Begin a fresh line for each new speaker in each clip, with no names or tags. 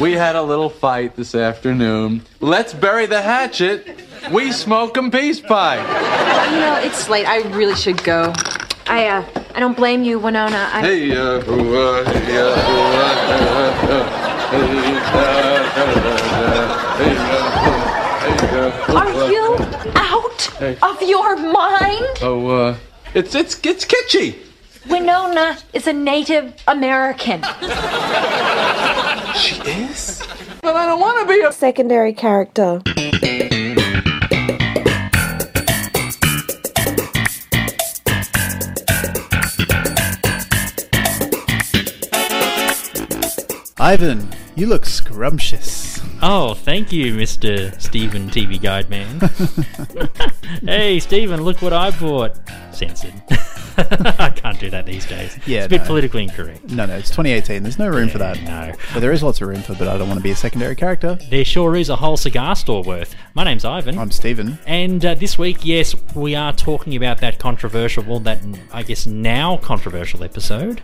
We had a little fight this afternoon. Let's bury the hatchet. We smoke 'em peace pipe.
You know, it's late. I really should go. I uh, I don't blame you, Winona. I,
Hey, uh, ooh, uh, hey, uh, ooh, uh, uh, uh, hey, uh, hey, uh, hey, uh, ooh,
Are
uh,
you out of your mind?
Oh, uh, it's it's it's kitschy.
Winona is a Native American.
She is. But I don't want to be a.
Secondary character.
Ivan, you look scrumptious.
Oh, thank you, Mr. Stephen TV Guide Man. hey, Stephen, look what I bought. Censored. I can't do that these days.
Yeah,
it's a bit
no.
politically incorrect.
No, no, it's 2018. There's no room for that.
No.
But there is lots of room for. But I don't want to be a secondary character.
There sure is a whole cigar store worth. My name's Ivan.
I'm Steven.
and uh, this week, yes, we are talking about that controversial, well, that I guess now controversial episode.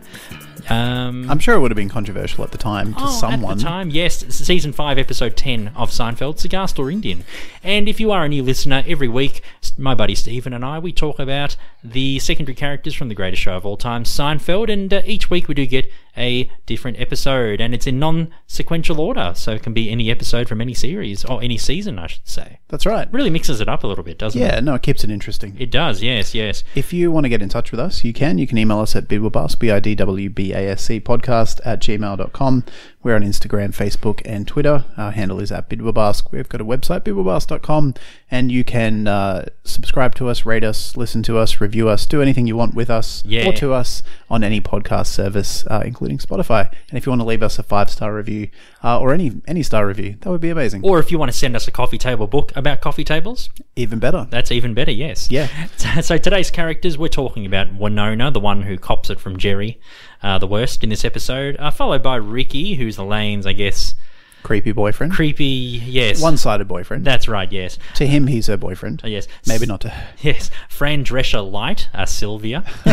Um,
I'm sure it would have been controversial at the time to
Oh,
someone.
At the time, yes, s- season five, episode ten of Seinfeld, Cigar Store Indian. And if you are a new listener, every week, s- my buddy Stephen and I we talk about the secondary characters from the greatest show of all time, Seinfeld, and uh, each week we do get a different episode, and it's in non-sequential order, so it can be any episode from any series or any season, I should say.
That's right.
Really mixes it up a little bit, doesn't it?
Yeah, no, it keeps it interesting.
It does, yes, yes.
If you want to get in touch with us, you can. You can email us at bidwabasc, B-I-D-W-B-A-S-C, podcast at gmail.com. We're on Instagram, Facebook, and Twitter. Our handle is at bidwabask. We've got a website, bidwabask.com, and you can uh, subscribe to us, rate us, listen to us, review us, do anything you want with us
Yeah.
or to us on any podcast service, uh, including Spotify. And if you want to leave us a five-star review uh, or any, any star review, that would be amazing.
Or if you want to send us a coffee table book about coffee tables,
Even better.
That's even better, yes.
Yeah.
So, so today's characters, we're talking about Winona, the one who cops it from Jerry, uh, the worst in this episode, uh, followed by Ricky, who's Elaine's, I guess,
Creepy boyfriend.
creepy, yes.
One-sided boyfriend.
That's right, yes. Uh,
to him, he's her boyfriend.
Yes.
Maybe not to her.
Yes. Fran Drescher Light, uh, Sylvia.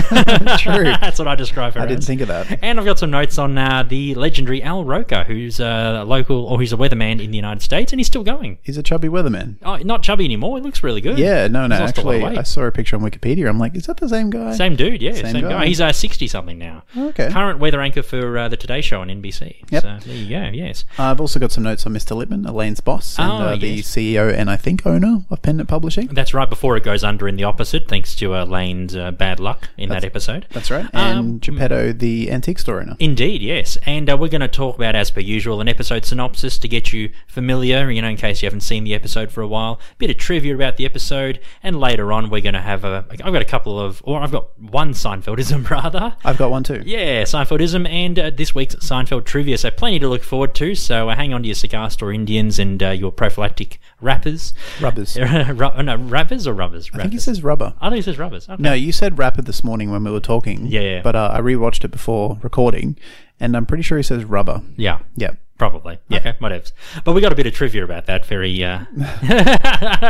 True.
That's what I describe her
I didn't
as.
think of that.
And I've got some notes on uh, the legendary Al Roker, who's a local, or he's a weatherman in the United States, and he's still going.
He's a chubby weatherman.
Oh, not chubby anymore. He looks really good.
Yeah, no, no.
He's lost a lot of
Actually,
weight.
I saw a picture on Wikipedia. I'm like, is that the same guy?
Same dude, yeah,
Same
same,
guy.
guy. He's uh, sixty something now.
Okay.
Current weather anchor for uh, the Today Show on NBC.
Yep.
So there you go. Yes.
I've also got some notes on Mr. Lippman, Elaine's boss, and
Oh,
uh, the
yes.
CEO and I think owner of Pendant Publishing.
That's right before it goes under in the opposite, thanks to uh, Lane's uh, bad luck in that episode.
That's right. And
Um,
Geppetto, the antique store owner.
Indeed, yes. And uh, we're going to talk about, as per usual, an episode synopsis to get you familiar, you know, in case you haven't seen the episode for a while, bit of trivia about the episode, and later on we're going to have a. I've got a couple of. or I've got one Seinfeldism, rather.
I've got one too.
Yeah, Seinfeldism and uh, this week's Seinfeld trivia. So plenty to look forward to. So uh, hang on to your cigar store Indians and uh, your prophylactic wrappers.
Rubbers. I
Ru- oh, no, wrappers or rubbers? Wrappers. I
think he says rubber.
Oh, no, he says rubbers. Okay.
No, you said rapper this morning when we were talking.
Yeah, yeah.
But uh, I rewatched it before recording, and I'm pretty sure he says rubber.
Yeah.
Yeah.
Probably. Okay, whatevs. But we got a bit of trivia about that. Very, uh,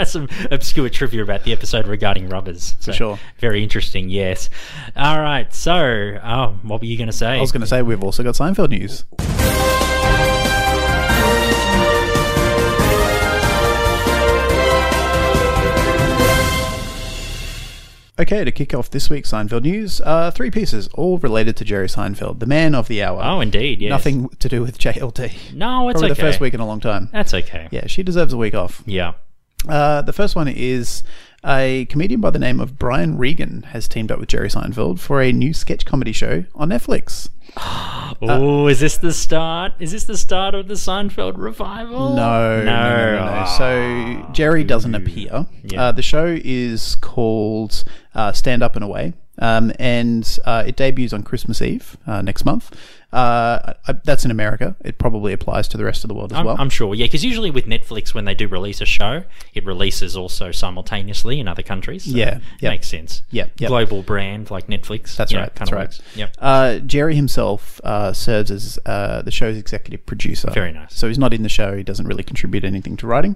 some obscure trivia about the episode regarding rubbers. So,
sure.
Very interesting, yes. All right, so, oh, what were you going to say?
I was going to say we've also got Seinfeld news. Okay, to kick off this week's Seinfeld news, uh, three pieces, all related to Jerry Seinfeld, the man of the hour.
Oh, indeed, yes.
Nothing to do with JLT.
No, it's
Probably the
okay. Uh,
first week in a long time.
That's okay.
Yeah, she deserves a week off.
Yeah.
Uh, the first one is a comedian by the name of Brian Regan has teamed up with Jerry Seinfeld for a new sketch comedy show on Netflix. Uh,
Oh, is this the start? Is this the start of the Seinfeld revival?
No, no, no, no, no.
Ah.
So Jerry doesn't appear.
Yeah.
Uh, the show is called uh, Stand Up and Away, um, and uh, it debuts on Christmas Eve uh, next month. Uh, I, that's in America. It probably applies to the rest of the world as
I'm,
well.
I'm sure, yeah, because usually with Netflix, when they do release a show, it releases also simultaneously in other countries. so
Yeah,
it
yeah.
makes sense.
Yeah, yeah.
global brand like Netflix.
That's
yeah,
right.
kinda
That's right.
works. Yep.
Uh, Jerry himself uh, serves as uh, the show's executive producer.
Very nice.
So he's not in the show. He doesn't really contribute anything to writing.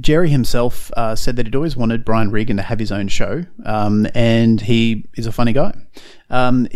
Jerry himself uh, said that he'd always wanted Brian Regan to have his own show, um, and he is a funny guy. Um,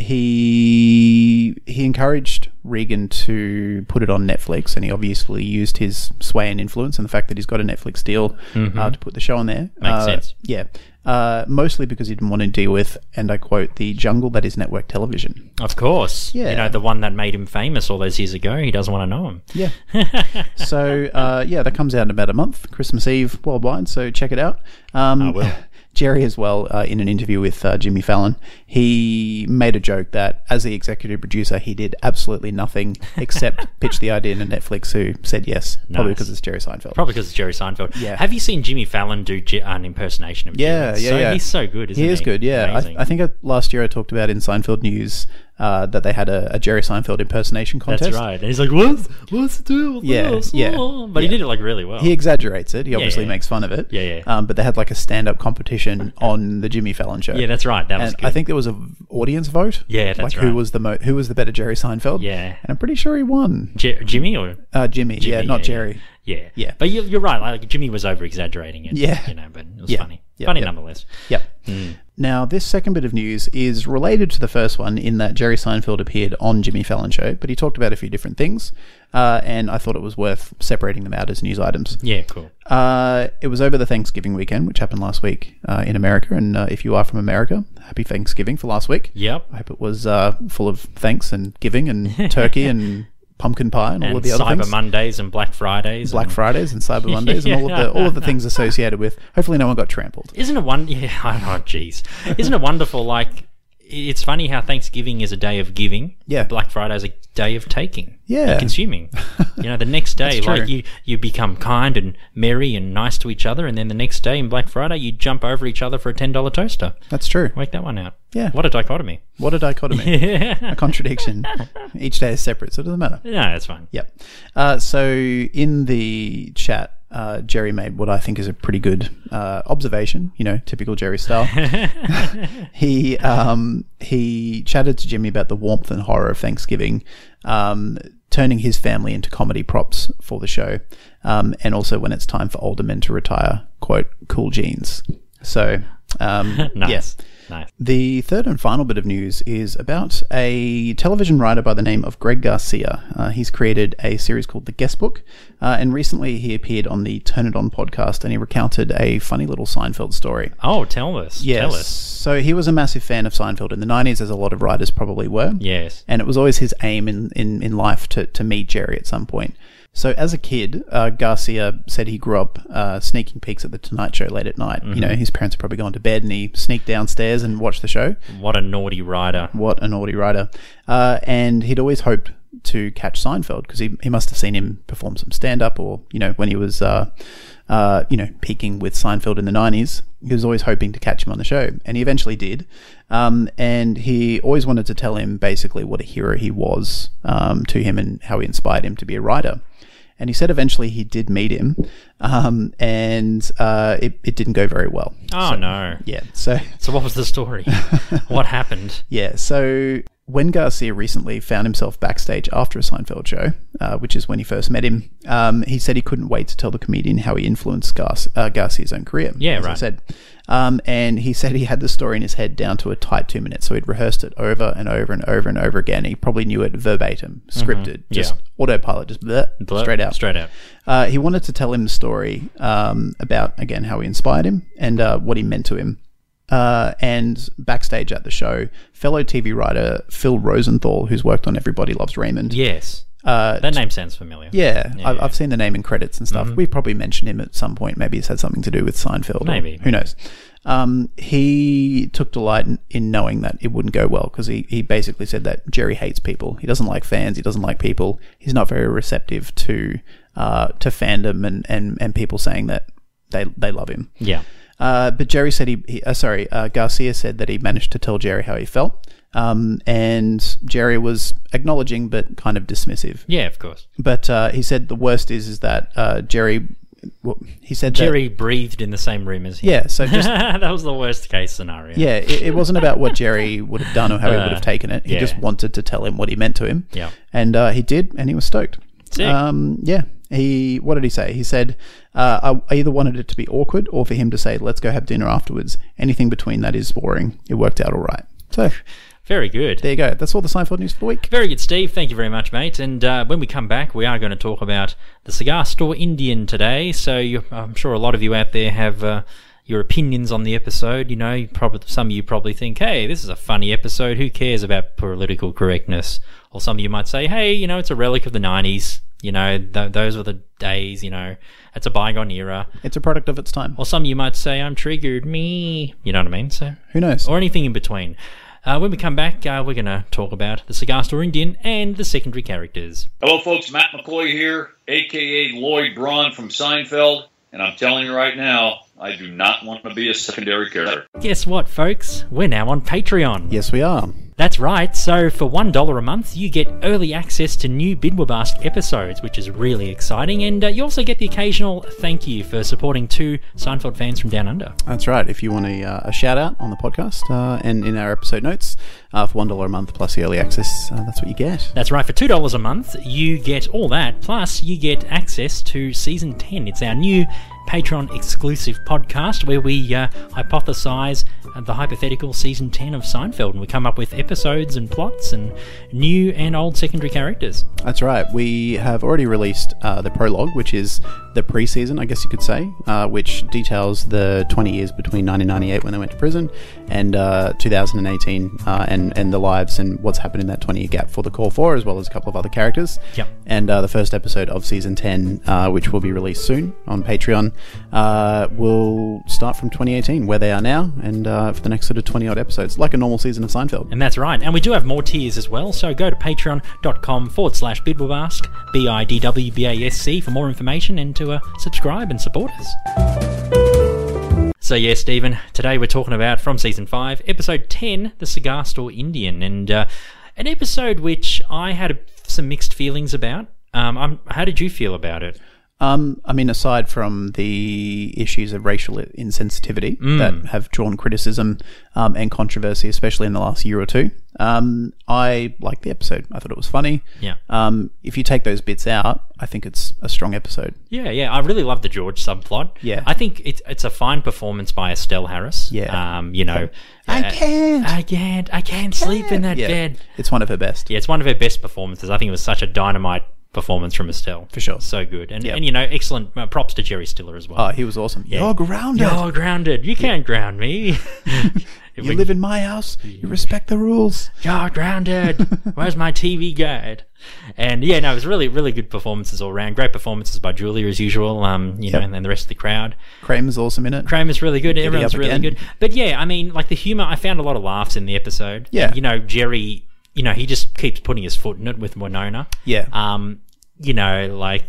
he he encouraged Regan to put it on Netflix, and he obviously used his sway and influence and the fact that he's got a Netflix deal uh, to put the show on there.
Mm-hmm. Makes
Uh,
sense.
Yeah. Uh, mostly because he didn't want to deal with, and I quote, the jungle that is network television.
Of course.
Yeah.
You know, the one that made him famous all those years ago. He doesn't want to know him.
Yeah. so uh, yeah, that comes out in about a month, Christmas Eve worldwide. So check it out. Um, I
will.
Jerry as well, uh, in an interview with uh, Jimmy Fallon, he made a joke that as the executive producer, he did absolutely nothing except pitch the idea to Netflix, who said yes, probably
Nice.
because it's Jerry Seinfeld.
Probably because it's Jerry Seinfeld.
Yeah.
Have you seen Jimmy Fallon do J- an impersonation of
Yeah,
Jimmy?
yeah,
so
yeah.
He's so good, isn't
he
he?
is good. Yeah,
Amazing.
I, I think uh last year I talked about in Seinfeld News uh, that they had a, a Jerry Seinfeld impersonation contest.
That's right. And he's like, what's, what's the deal with
Yeah,
this?
yeah,
Oh. But
yeah.
he did it like really well.
He exaggerates it. He obviously
yeah.
makes fun of it.
Yeah, yeah.
Um, but they had like a stand-up competition on the Jimmy Fallon show.
yeah, that's right. That was
and
good.
I think there was a v- audience vote.
Yeah, that's
like who
right.
was the mo- who was the better Jerry Seinfeld?
Yeah.
and I'm pretty sure he won.
J- Jimmy or
Uh, Jimmy, yeah,
Jimmy,
not Jerry.
Yeah,
Yeah.
But you, you're right. Like Jimmy was over exaggerating it.
Yeah.
you know, but it was
Yeah.
funny.
Yeah,
funny
yeah.
nonetheless.
Yep.
Hmm.
Now, this second bit of news is related to the first one in that Jerry Seinfeld appeared on Jimmy Fallon show, but he talked about a few different things, uh, and I thought it was worth separating them out as news items.
Yeah, cool.
Uh, it was over the Thanksgiving weekend, which happened last week uh, in America. And uh, if you are from America, happy Thanksgiving for last week.
Yep.
I hope it was uh, full of thanks and giving and turkey and pumpkin pie and, all of
And
the other
Cyber
things.
Mondays and Black Fridays.
Black
and-
Fridays and Cyber Mondays and all of the all of the things associated with. Hopefully, no one got trampled.
Isn't it one? Yeah, I know. Jeez, isn't it wonderful? Like, it's funny how Thanksgiving is a day of giving.
Yeah.
Black Friday is a day of taking.
Yeah.
and consuming. you know, the next day,
That's
like
true.
you, you become kind and merry and nice to each other, and then the next day in Black Friday, you jump over each other for a ten dollar toaster.
That's true.
Work that one out.
Yeah.
What a dichotomy.
What a dichotomy, a contradiction. Each day is separate, so it doesn't matter.
No, that's fine.
Yep. Uh, so in the chat, uh, Jerry made what I think is a pretty good uh, observation. You know, typical Jerry style. he um, he chatted to Jimmy about the warmth and horror of Thanksgiving, um, turning his family into comedy props for the show, um, and also when it's time for older men to retire. Quote: "Cool jeans." So. Um,
Nice.
yes.
Nice.
The third and final bit of news is about a television writer by the name of Greg Garcia. Uh, he's created a series called The Guest Book, uh, and recently he appeared on the Turn It On podcast and he recounted a funny little Seinfeld story.
Oh, tell us. Tell us.
So he was a massive fan of Seinfeld in the 90s, as a lot of writers probably were.
Yes.
And it was always his aim in, in, in life to, to meet Jerry at some point. So as a kid, uh, Garcia said he grew up uh, sneaking peeks at the Tonight Show late at night.
Mm-hmm.
You know, his parents had probably gone to bed and he sneaked downstairs and watched the show.
What a naughty rider.
What a naughty writer. Uh, and he'd always hoped to catch Seinfeld because he, he must have seen him perform some stand up or, you know, when he was, uh, uh, you know, peaking with Seinfeld in the 90s. He was always hoping to catch him on the show. And he eventually did. Um, and he always wanted to tell him basically what a hero he was um, to him and how he inspired him to be a writer. And he said eventually he did meet him, um, and uh, it, it didn't go very well.
Oh, no.
Yeah, so
So, what was the story? what happened?
yeah, so when Garcia recently found himself backstage after a Seinfeld show, uh, which is when he first met him, um, he said he couldn't wait to tell the comedian how he influenced Gar- uh, Garcia's own career.
Yeah,
as I
right.
said, um, and he said he had the story in his head down to a tight two minutes, so he'd rehearsed it over and over and over and over again. He probably knew it verbatim, scripted, just autopilot, just bleh,
Blur-
straight out.
Mm-hmm. Straight out.
Uh, he wanted to tell him the story um, about, again, how he inspired him and uh, what he meant to him. Uh, and backstage at the show, fellow TV writer Phil Rosenthal, who's worked on Everybody Loves Raymond.
Yes. that name sounds familiar.
Uh, Yeah, Mm-hmm. I I've seen the name in credits and stuff. We've probably mentioned him at some point. Maybe it's had something to do with Seinfeld. or
Maybe.
Who knows? Um, he took delight in, in knowing that it wouldn't go well because he, he basically said that Jerry hates people. He doesn't like fans. He doesn't like people. He's not very receptive to uh, to fandom and, and, and people saying that they, they love him.
Yeah.
Uh, but Jerry said he, he uh, sorry, uh, Garcia said that he managed to tell Jerry how he felt. Um, and Jerry was acknowledging but kind of dismissive.
Yeah, of course.
But uh, he said the worst is is that uh, Jerry. Well, he said that-
Jerry breathed in the same room as him.
yeah. So just
that was the worst case scenario.
yeah, it, it wasn't about what Jerry would have done or how he would have taken it. He
Uh, yeah.
just wanted to tell him what he meant to him.
Yeah.
and uh, he did, and he was stoked.
Sick.
Um, yeah. He what did he say? He said, uh, "I I either wanted it to be awkward or for him to say, let's go have dinner afterwards. Anything between that is boring. It worked out all right." So
Very good.
There you go. That's all the Seinfeld news for the week.
Very good, Steve. Thank you very much, mate. And uh, when we come back, we are going to talk about the Cigar Store Indian today. So you, I'm sure a lot of you out there have uh, your opinions on the episode. You know, you probably some of you probably think, "Hey, this is a funny episode. Who cares about political correctness?" Or some of you might say, "Hey, you know, it's a relic of the '90s. You know, th- those were the days. You know, it's a bygone era."
It's a product of its time.
Or some of you might say, "I'm triggered. Me." You know what I mean? So
Who knows?
or anything in between. Uh, when we come back, uh, we're going to talk about the Cigar Store Indian and the secondary characters.
Hello, folks. Matt McCoy here, aka Lloyd Braun from Seinfeld. And I'm telling you right now, I do not want to be a secondary character.
Guess what, folks? We're now on Patreon.
Yes, we are.
That's right. So for one dollar a month, you get early access to new Bidwabask episodes, which is really exciting, and uh, you also get the occasional thank you for supporting two Seinfeld fans from down under.
That's right. If you want a, uh, a shout out on the podcast uh, and in our episode notes uh, for $1 a month plus the early access, uh, that's what you get.
That's right, for $2 a month, you get all that, plus you get access to Season 10. It's our new Patreon exclusive podcast where we uh, hypothesize the hypothetical Season 10 of Seinfeld and we come up with episodes and plots and new and old secondary characters.
That's right. We have already released uh, the prologue, which is the pre season, I guess you could say, uh, which details the 20 years between 1998 when they went to prison and uh, 2018 uh, and, and the lives and what's happened in that 20 year gap for the Core 4, as well as a couple of other characters.
Yep.
And uh, the first episode of season 10, uh, which will be released soon on Patreon, uh, will start from 2018, where they are now, and uh, for the next sort of 20 odd episodes, like a normal season of Seinfeld.
And that's right. And we do have more tiers as well. So go to patreon.com forward slash bidwabask, B I D W B A S C, for more information and to uh, subscribe and support us. So, yeah, Stephen, today we're talking about from season 5, episode 10, The Cigar Store Indian. And uh, an episode which I had some mixed feelings about. Um, I'm, how did you feel about it?
Um, I mean, aside from the issues of racial insensitivity
Mm.
that have drawn criticism um, and controversy, especially in the last year or two, um, I liked the episode. I thought it was funny.
Yeah.
Um, if you take those bits out, I think it's a strong episode.
Yeah, yeah, I really love the George subplot.
Yeah.
I think it's it's a fine performance by Estelle Harris.
Yeah.
um, you know,
I
uh,
can't.
I can't, I can't sleep in that
Yeah,
bed.
it's one of her best.
Yeah, it's one of her best performances. I think it was such a dynamite performance from Estelle
For sure.
So good, and
Yeah.
and you know, excellent uh, props to Jerry Stiller as well.
Oh, he was awesome. You're grounded.
You're grounded. You can't ground me.
you live in my house. You respect the rules.
You're grounded. Where's my TV guide? And yeah, no, it was really, really good performances all around. Great performances by Julia as usual. Um, you know,
Yep.
and then the rest of the crowd.
Kramer's awesome in it.
Kramer's really good. Everyone's
up
really
again.
good. But yeah, I mean, like the humor, I found a lot of laughs in the episode.
Yeah.
And, you know, Jerry, you know, he just keeps putting his foot in it with Winona.
Yeah.
Um, you know, like.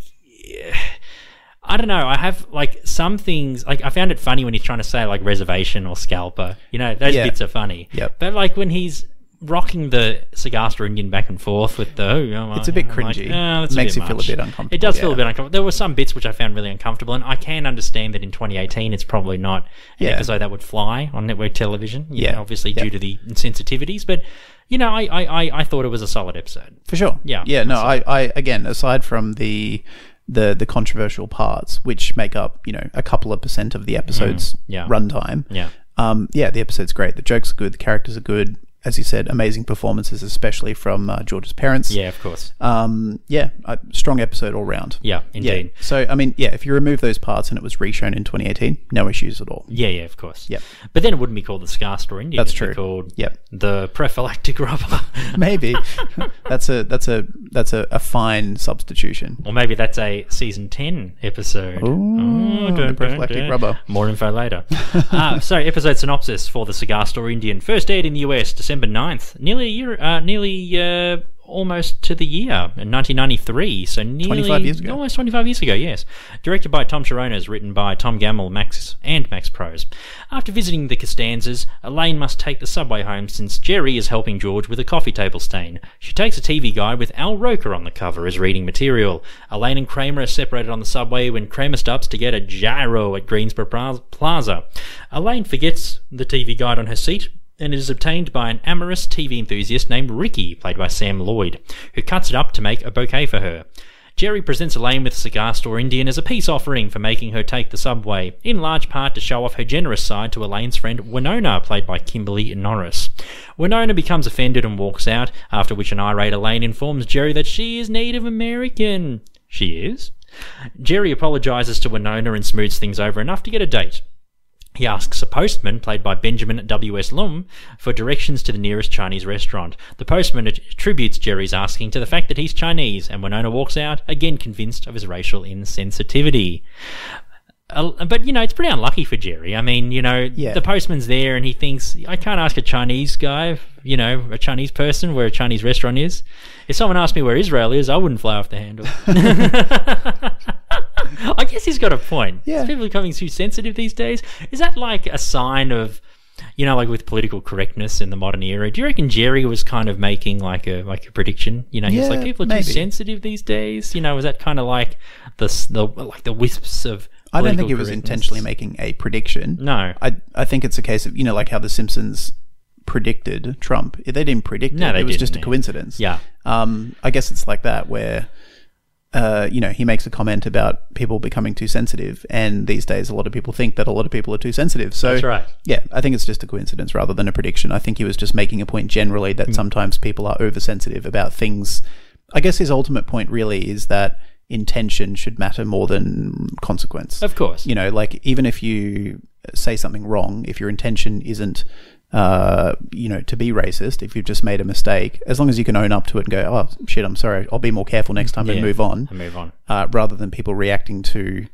I don't know. I have like some things. Like I found it funny when he's trying to say like reservation or scalper. You know, those
Yeah.
bits are funny.
Yep.
But like when he's rocking the cigar store Indian back and forth with the, oh, oh,
It's a bit
I'm like,
cringy.
"Ah, that's
Makes you feel a
much."
bit uncomfortable,
It does feel a
yeah.
bit uncomfortable. There were some bits which I found really uncomfortable, and I can understand that in 2018 it's probably not an
Yeah.
episode that would fly on network television. you
Yeah.
know, obviously
Yeah.
due to the insensitivities, but you know, I, I, I, I thought it was a solid episode.
for sure.
Yeah,
yeah. No, I, I again, aside from the the the controversial parts, which make up you know a couple of percent of the episode's
Mm-hmm. yeah.
runtime.
Yeah.
um, yeah, the episode's great. The jokes are good. The characters are good. As you said, amazing performances, especially from uh, George's parents.
Yeah, of course.
Um, yeah, a strong episode all round.
Yeah,
Yeah.
indeed.
So, I mean, yeah, if you remove those parts and it was reshown in 2018, no issues at all.
Yeah, yeah, of course.
Yep.
But then it wouldn't be called the Scar Store Indian.
That's
It'd be
true.
called
Yep.
the prophylactic rubber.
Maybe that's a that's a that's a, a fine substitution.
or maybe that's a season 10 episode. Oh,
Ooh,
dun,
the
dun,
prophylactic
dun.
rubber.
More info later. uh, so, episode synopsis for The Cigar Store Indian. First aired in the US December 9th. Nearly a year, uh, nearly uh, almost to the year, in 1993. So, nearly
25 years ago.
Almost 25 years ago, yes. Directed by Tom Sharonas, written by Tom Gamble, Max, and Max Prose. After visiting the Costanzas, Elaine must take the subway home since Jerry is helping George with a coffee table stain. She takes a TV guide with Al Roker on the cover as reading material. Elaine and Kramer are separated on the subway when Kramer stops to get a gyro at Greensboro Pla- Plaza. Elaine forgets the TV guide on her seat and it is obtained by an amorous TV enthusiast named Ricky, played by Sam Lloyd, who cuts it up to make a bouquet for her. Jerry presents Elaine with Cigar Store Indian as a peace offering for making her take the subway, in large part to show off her generous side to Elaine's friend Winona, played by Kimberly Norris. Winona becomes offended and walks out, after which an irate Elaine informs Jerry that she is Native American. She is? Jerry apologizes to Winona and smooths things over enough to get a date. He asks a postman, played by Benjamin W.S. Lum, for directions to the nearest Chinese restaurant. The postman attributes Jerry's asking to the fact that he's Chinese, and Winona walks out, again convinced of his racial insensitivity. Uh, But, you know, it's pretty unlucky for Jerry. I mean, you know,
Yeah.
the postman's there and he thinks, I can't ask a Chinese guy, you know, a Chinese person where a Chinese restaurant is. If someone asked me where Israel is, I wouldn't fly off the handle. I guess he's got a point.
Yeah.
People are becoming too sensitive these days. Is that like a sign of, you know, like with political correctness in the modern era? Do you reckon Jerry was kind of making like a like a prediction? You know, he's like
Yeah,
people are
maybe.
too sensitive these days. You know, is that kind of like the s- the like the wisps of?
I don't think
political
he was
correctness?
intentionally making a prediction.
No.
I I think it's a case of you know like how the Simpsons predicted Trump. They didn't predict
No,
it.
they
it was just a
didn't.
coincidence.
Yeah.
Um, I guess it's like that where, uh, you know, he makes a comment about people becoming too sensitive, and these days a lot of people think that a lot of people are too sensitive. So
That's right.
Yeah, I think it's just a coincidence rather than a prediction. I think he was just making a point generally
Hmm.
that sometimes people are oversensitive about things. I guess his ultimate point really is that intention should matter more than consequence
Of course.
you know like even if you say something wrong if your intention isn't uh, you know to be racist if you've just made a mistake as long as you can own up to it and go oh shit i'm sorry i'll be more careful next time and
Yeah,
move on
and move on.
uh, rather than people reacting to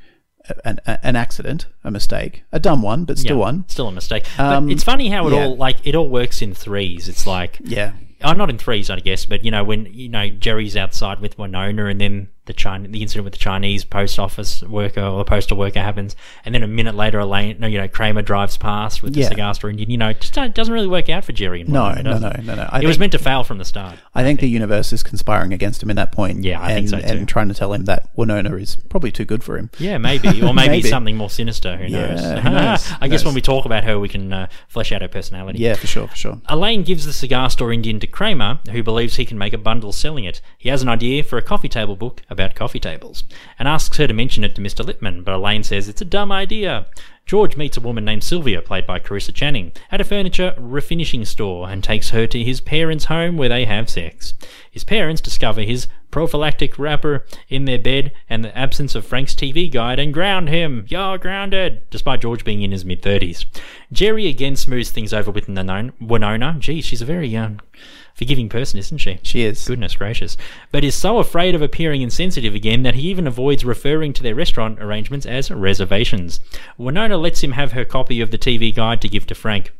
a- an, a- an accident a mistake a dumb one but still
Yeah,
one
Still a mistake.
Um,
but it's funny how it
yeah.
all like it all works in threes. It's like
yeah
Oh, not in threes, I guess, but you know when you know Jerry's outside with Winona, and then the China, the incident with the Chinese post office worker or the postal worker happens, and then a minute later, Elaine, no, you know Kramer drives past with the
Yeah.
cigar store, and you know it just don't- doesn't really work out for Jerry. And
no
Winona,
no
does
no
it?
no no
It
I
was
think-
meant to fail from the start.
I think the universe is conspiring against him in that point.
Yeah, I
and,
think so too.
And trying to tell him that Winona is probably too good for him.
Yeah, maybe, or maybe,
Maybe.
something more sinister. Who knows?
Yeah, who knows?
I guess
Knows.
when we talk about her, we can uh, flesh out her personality.
Yeah, for sure, for sure.
Elaine gives the cigar store Indian to Kramer, who believes he can make a bundle selling it. He has an idea for a coffee table book about coffee tables and asks her to mention it to Mr. Lippman, but Elaine says it's a dumb idea. George meets a woman named Sylvia, played by Carissa Channing, at a furniture refinishing store and takes her to his parents' home where they have sex. His parents discover his prophylactic wrapper in their bed and the absence of Frank's TV guide and ground him. You're grounded, despite George being in his mid 30s. Jerry again smooths things over with Nanon- Winona. Gee, she's a very um, forgiving person, isn't she?
She is.
Goodness gracious. But is so afraid of appearing insensitive again that he even avoids referring to their restaurant arrangements as reservations. Winona lets him have her copy of the TV guide to give to Frank.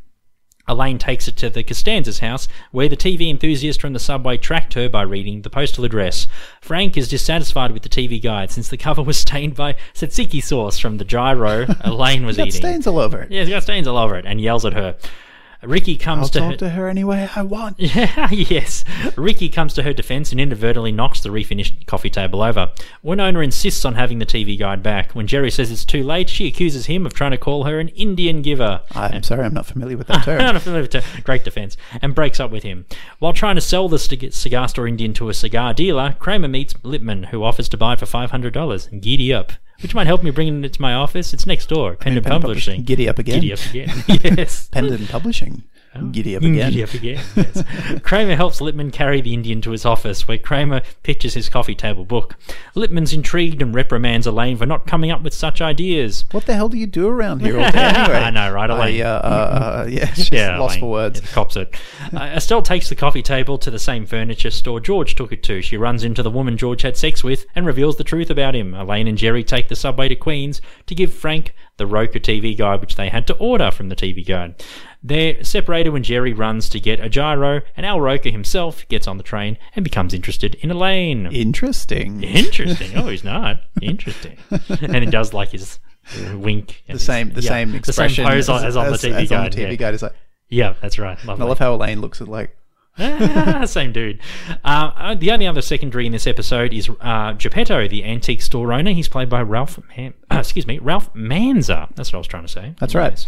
Elaine takes it to the Costanza's house, where the TV enthusiast from the subway tracked her by reading the postal address. Frank is dissatisfied with the TV guide since the cover was stained by tzatziki sauce from the gyro Elaine was
Got
eating.
stains all over it.
Yeah, it's got stains all over it, and yells at her. Ricky
I'll
comes to her.
talk to her any way I want.
yes. Ricky comes to her defense and inadvertently knocks the refinished coffee table over. Winona insists on having the TV guide back. When Jerry says it's too late, she accuses him of trying to call her an Indian giver.
I'm sorry, I'm not familiar with that term.
Not a familiar term. Great defense. And breaks up with him. While trying to sell the cig- cigar store Indian to a cigar dealer, Kramer meets Lipman, who offers to buy it for $500. Giddy up. Which might help me bring it to my office. It's next door. Pendant
Pen
Publishing.
Giddy up again.
Giddy up again. yes.
Pendant Publishing. Giddy up
Mm,
again.
Giddy up again. Yes. Kramer helps Lippman carry the Indian to his office, where Kramer pitches his coffee table book. Lippman's intrigued and reprimands Elaine for not coming up with such ideas.
What the hell do you do around here all day anyway?
I know, right, Elaine?
I, uh, uh, uh, yeah, just lost
Elaine.
for words.
Yeah, the cops it. Uh, Estelle takes the coffee table to the same furniture store George took it to. She runs into the woman George had sex with and reveals the truth about him. Elaine and Jerry take the subway to Queens to give Frank the Roker TV guide, which they had to order from the TV guide. They're separated when Jerry runs to get a gyro, and Al Roker himself gets on the train and becomes interested in Elaine.
Interesting.
Interesting. Oh, he's not. Interesting. and he does like his uh, wink.
The same, the same expression
The same pose on- as, on the TV
as
guide.
on the TV
yeah.
guide is like.
Yeah, that's right.
I love how Elaine looks at like.
Same dude. Uh, uh, the only other secondary in this episode is uh, Geppetto, the antique store owner. He's played by Ralph. Man- uh, excuse me, Ralph Manza. That's what I was trying to say.
That's right.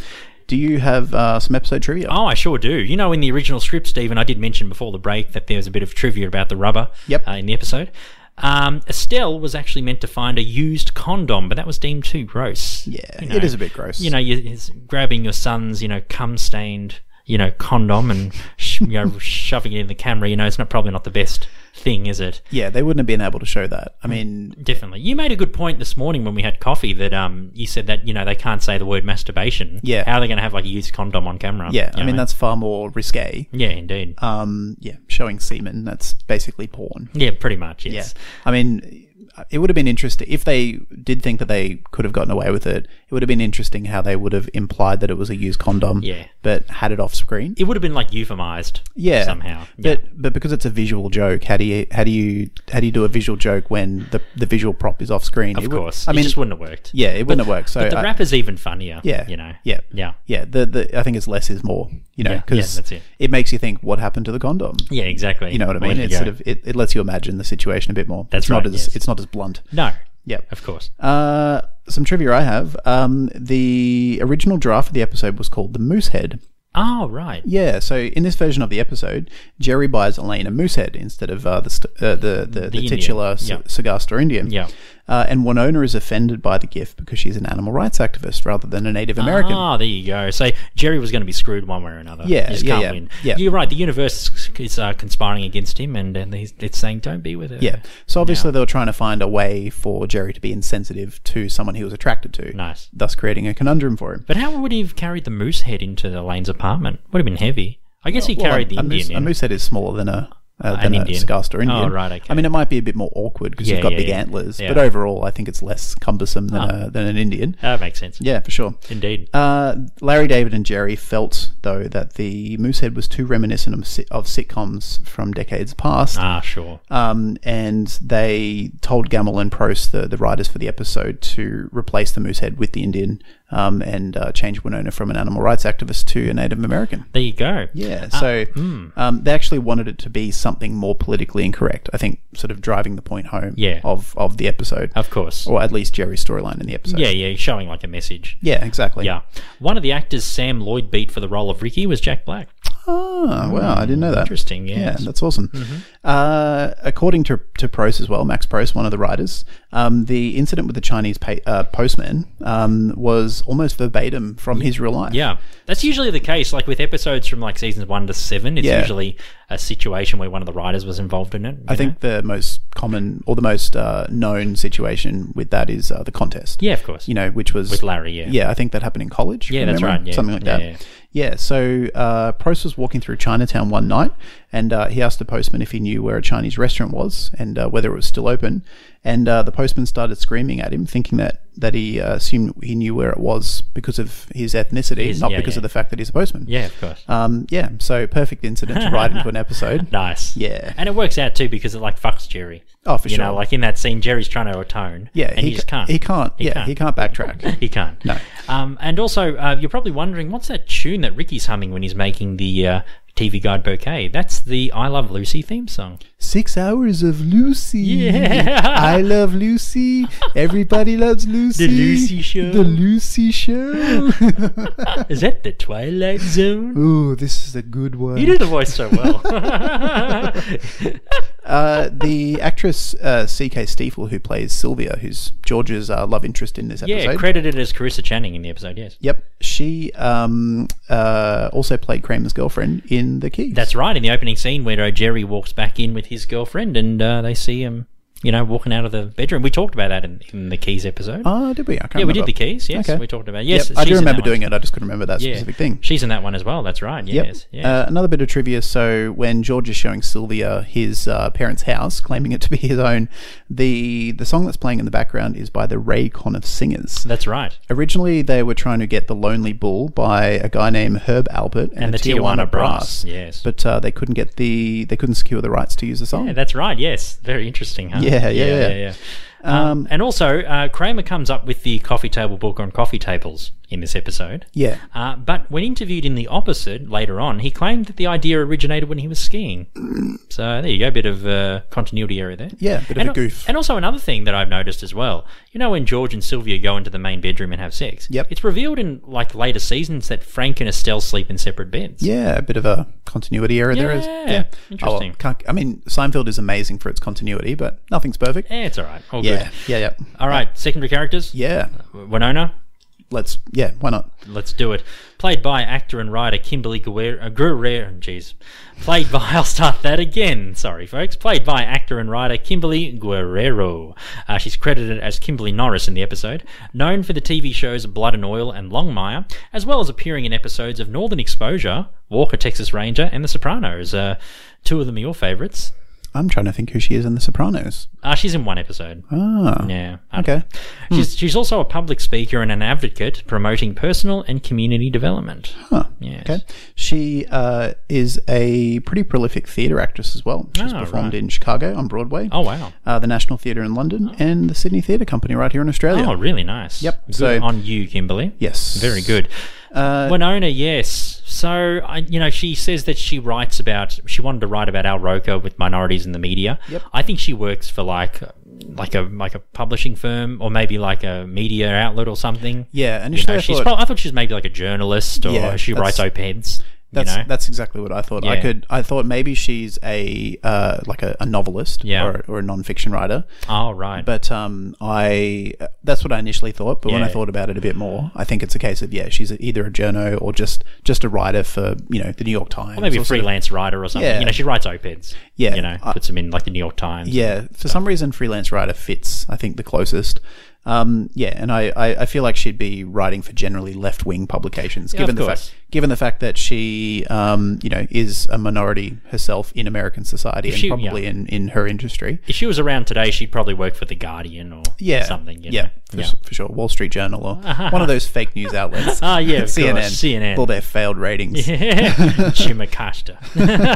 Do you have uh, some episode trivia?
Oh, I sure do. You know, in the original script, Stephen, I did mention before the break that there was a bit of trivia about the rubber
Yep.
uh, in the episode. Um, Estelle was actually meant to find a used condom, but that was deemed too gross.
Yeah, it is a bit gross.
You know, you, it's grabbing your son's, you know, cum stained, you know, condom and sh- you know, shoving it in the camera. You know, it's not probably not the best thing, is it?
Yeah, they wouldn't have been able to show that. I mean,
Definitely. You made a good point this morning when we had coffee that um you said that you know they can't say the word masturbation.
Yeah.
How are they going to have like a used condom on camera?
yeah,
You
I
know?
mean that's far more risque.
yeah, indeed.
Um, yeah, showing semen that's basically porn.
yeah, pretty much.
Yeah,
Yes.
I mean, it would have been interesting if they did think that they could have gotten away with it. It would have been interesting how they would have implied that it was a used condom.
Yeah.
but had it off screen.
It would have been like euphemized.
yeah,
Somehow. Yeah.
But but because it's a visual joke, how do you how do you how do you do a visual joke when the the visual prop is off screen?
of
It would-
course.
I mean,
it just wouldn't have worked.
yeah, it wouldn't have worked. So
But the
I-
rap is even funnier.
yeah,
You know.
yeah,
Yeah.
yeah. The the I think it's less is more. You know,
Yeah,
because
yeah, that's it.
makes you think what happened to the condom.
Yeah. Exactly.
You know what I mean? It's sort of it, it lets you imagine the situation a bit more.
That's
it's Not
right,
as,
yes.
It's not as blunt.
no.
Yeah.
Of course.
Uh, some trivia I have. Um, the original draft of the episode was called The Moosehead.
Oh right.
Yeah, so in this version of the episode, Jerry buys Elaine a moosehead instead of uh, the, st- uh, the the the
Indian,
titular c-
yeah.
cigar store Indian.
Yeah.
Uh, and Winona is offended by the gift because she's an animal rights activist rather than a Native American.
Ah, there you go. So Jerry was going to be screwed one way or another.
Yeah,
he just
yeah,
can't
yeah,
win.
yeah.
You're right. The universe is, is uh, conspiring against him, and, and he's, it's saying, "Don't be with her."
Yeah. So obviously they were trying to find a way for Jerry to be insensitive to someone he was attracted to.
Nice.
Thus creating a conundrum for him.
But how would he have carried the moose head into Elaine's apartment? Would have been heavy. I guess he
Well,
carried
a, a
the Indian.
moose, a
in.
moosehead is smaller than a uh,
An
than a
Indian.
cigar store Indian.
Oh, right, okay.
I mean, it might be a bit more awkward because
Yeah,
you've got
yeah,
big
yeah.
antlers,
Yeah. Ah.
but overall, I think it's less cumbersome than a, than an Indian.
That makes sense.
Yeah, for sure.
Indeed.
Uh, Larry David and Jerry felt though that the moosehead was too reminiscent of, si- of sitcoms from decades past,
ah, sure.
um, and they told Gamble and Prost, the, the writers for the episode, to replace the moosehead with the Indian um, and uh, change Winona from an animal rights activist to a Native American.
there you go.
Yeah, so
hmm.
um, they actually wanted it to be something more politically incorrect. I think sort of driving the point home
Yeah.
of, of the episode,
Of course.
or at least Jerry's storyline in the episode.
Yeah, yeah. Showing like a message.
Yeah, exactly.
Yeah. One of the actors Sam Lloyd beat for the role of Ricky was Jack Black.
Ah, wow, I didn't know that.
Interesting, Mm-hmm. yes.
Yeah, that's awesome. Uh, according to to Prost as well, Max Prost, one of the writers, um, the incident with the Chinese pa uh, postman um, was almost verbatim from his real life.
Yeah, that's usually the case. Like with episodes from like seasons one to seven, it's
Yeah.
usually a situation where one of the writers was involved in it. you
I think
know?
the most common or the most uh, known situation with that is uh, the contest.
Yeah, of course.
you know, which was
With Larry, yeah.
yeah. I think that happened in college.
Yeah,
from
that's
memory,
right, yeah.
something like
Yeah,
that.
yeah.
Yeah. so uh, Prost was walking through Chinatown one night, and uh, he asked the postman if he knew where a Chinese restaurant was and uh, whether it was still open. And uh, the postman started screaming at him, thinking that that he uh, assumed he knew where it was because of his ethnicity,
His-
not
yeah,
because
yeah.
of the fact that he's a postman.
yeah, of course.
Um, yeah. So perfect incident to write into an episode.
nice.
yeah.
and it works out too because it like fucks Jerry.
Oh, for
you
sure.
know, like in that scene, Jerry's trying to atone.
Yeah,
and he,
ca-
just can't.
He can't. yeah, he can't backtrack.
He can't.
No.
Um, and also, uh, you're probably wondering what's that tune that Ricky's humming when he's making the uh, TV Guide bouquet? That's the I Love Lucy theme song.
Six hours of Lucy.
Yeah.
I love Lucy. Everybody loves Lucy.
Lucy Show.
The Lucy Show.
Is that the Twilight Zone?
Ooh, this is a good one.
You do the voice so well.
Uh, the actress uh, C.K. Stiefel, who plays Sylvia, who's George's uh, love interest in this episode.
yeah, credited as Carissa Channing in the episode, yes.
Yep. She um, uh, also played Kramer's girlfriend in The Keys.
That's right, in the opening scene where uh, Jerry walks back in with his girlfriend and uh, they see him, you know, walking out of the bedroom. We talked about that in, in the Keys episode.
Oh, did we? I can't
yeah, we did
remember.
the Keys, yes.
Okay.
We talked about Yes,
Yep, I do
she's in that
remember
one.
doing it. I just couldn't remember that
Yeah.
specific thing.
She's in that one as well, that's right,
Yep.
yes. yes.
Uh, another bit of trivia. So when George is showing Sylvia his uh, parents' house, claiming it to be his own, the the song that's playing in the background is by the Ray Conniff Singers.
that's right.
Originally, they were trying to get "The Lonely Bull" by a guy named Herb Alpert and,
And the Tijuana Brass, yes.
but uh, they couldn't get the they couldn't secure the rights to use the song.
Yeah, that's right, yes. Very interesting, huh?
Yeah, yeah, yeah.
yeah. Um, and also, uh, Kramer comes up with the coffee table book on coffee tables in this episode.
Yeah.
Uh, but when interviewed in the opposite later on, he claimed that the idea originated when he was skiing. So there you go, bit of uh, continuity error there.
Yeah, bit of
and,
a goof.
And also another thing that I've noticed as well. You know when George and Sylvia go into the main bedroom and have sex?
Yep.
It's revealed in like later seasons that Frank and Estelle sleep in separate beds.
Yeah, a bit of a continuity error there is.
Yeah,
Yeah,
interesting.
Oh, can't- I mean, Seinfeld is amazing for its continuity, but nothing's perfect.
Eh, it's all right. All
Yeah,
good.
yeah, yeah,
All right, secondary characters.
yeah.
Winona,
Let's, yeah, why not?
Let's do it. Played by actor and writer Kimberly Guerrero. Guerrero jeez. Played by, I'll start that again. Sorry, folks. Played by actor and writer Kimberly Guerrero. Uh, she's credited as Kimberly Norris in the episode. Known for the TV shows Blood and Oil and Longmire, as well as appearing in episodes of Northern Exposure, Walker, Texas Ranger, and The Sopranos. Uh, two of them are your favourites.
I'm trying to think who she is in The Sopranos.
Uh, she's in one episode.
Ah,
Yeah. I don't-
okay. Hmm.
She's, she's also a public speaker and an advocate promoting personal and community development.
Huh.
Yes.
Okay. She uh, is a pretty prolific theatre actress as well. She's
Ah,
performed
right.
in Chicago on Broadway,
Oh, wow.
uh, the National Theatre in London, and the Sydney Theatre Company right here in Australia.
Oh, really nice.
Yep.
Good
So-
on you, Kimberly.
Yes. Uh,
Very good. Winona, yes. So I, you know, she says that she writes about. She wanted to write about Al Roker with minorities in the media.
Yep.
I think she works for like, like a like a publishing firm or maybe like a media outlet or something.
Yeah,
You
initially
know, she's
I thought
prob- I thought she's maybe like a journalist or
Yeah,
she writes
that's-
op-eds.
that's
you know?
that's exactly what I thought. I
Yeah.
could I thought maybe she's a uh, like a, a novelist
Yeah.
or, or a nonfiction writer.
oh right.
But um, I that's what I initially thought. But when I
Yeah.
thought about it a bit more, I think it's a case of yeah, she's either a journo or just just a writer for you know the New York Times,
Maybe a
or sort of-
freelance writer or something.
Yeah.
You know, she writes op-eds.
Yeah,
You know,
I-
puts them in like the New York Times.
Yeah, for some reason, freelance writer fits. I think the closest. Um, yeah, and I, I, I feel like she'd be writing for generally left wing publications,
of
given the
course.
fact given the fact that she, um, you know, is a minority herself in American society and
she-
probably
yeah.
in, in her industry.
if she was around today, she'd probably work for the Guardian or
Yeah,
something. You
yeah, for,
know?
s- for sure. Wall Street Journal or one of those fake news outlets.
Ah, yeah, of course,
CNN,
CNN.
all their failed ratings.
yeah. Jim Acosta.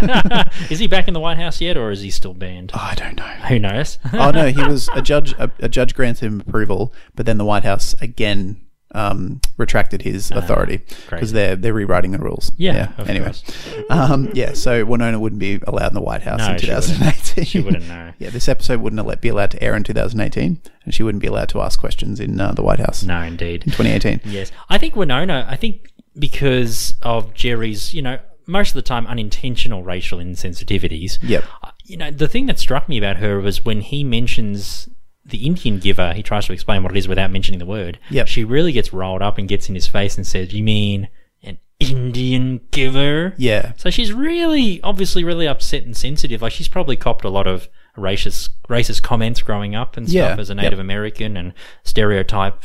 is he back in the White House yet, or is he still banned?
I don't know.
Who knows?
oh no, he was a judge. A, a judge granted him approval, but then the White House again um, retracted his authority because
Ah, crazy.
they're they're rewriting the rules.
Yeah, of
anyway,
course.
um, yeah. So Winona wouldn't be allowed in the White House
No,
in
she wouldn't.
2018.
She wouldn't know.
Yeah, this episode wouldn't al- be allowed to air in 2018, and she wouldn't be allowed to ask questions in uh, the White House
no, indeed.
in 2018.
Yes, I think Winona. I think because of Jerry's, you know, most of the time unintentional racial insensitivities.
Yep.
uh, You know, the thing that struck me about her was when he mentions the Indian giver, he tries to explain what it is without mentioning the word.
Yep.
She really gets rolled up and gets in his face and says, "You mean an Indian giver?"
Yeah,
So she's really, obviously, really upset and sensitive. Like she's probably copped a lot of racist, racist comments growing up and stuff
Yeah,
as a
yep.
Native American and stereotype,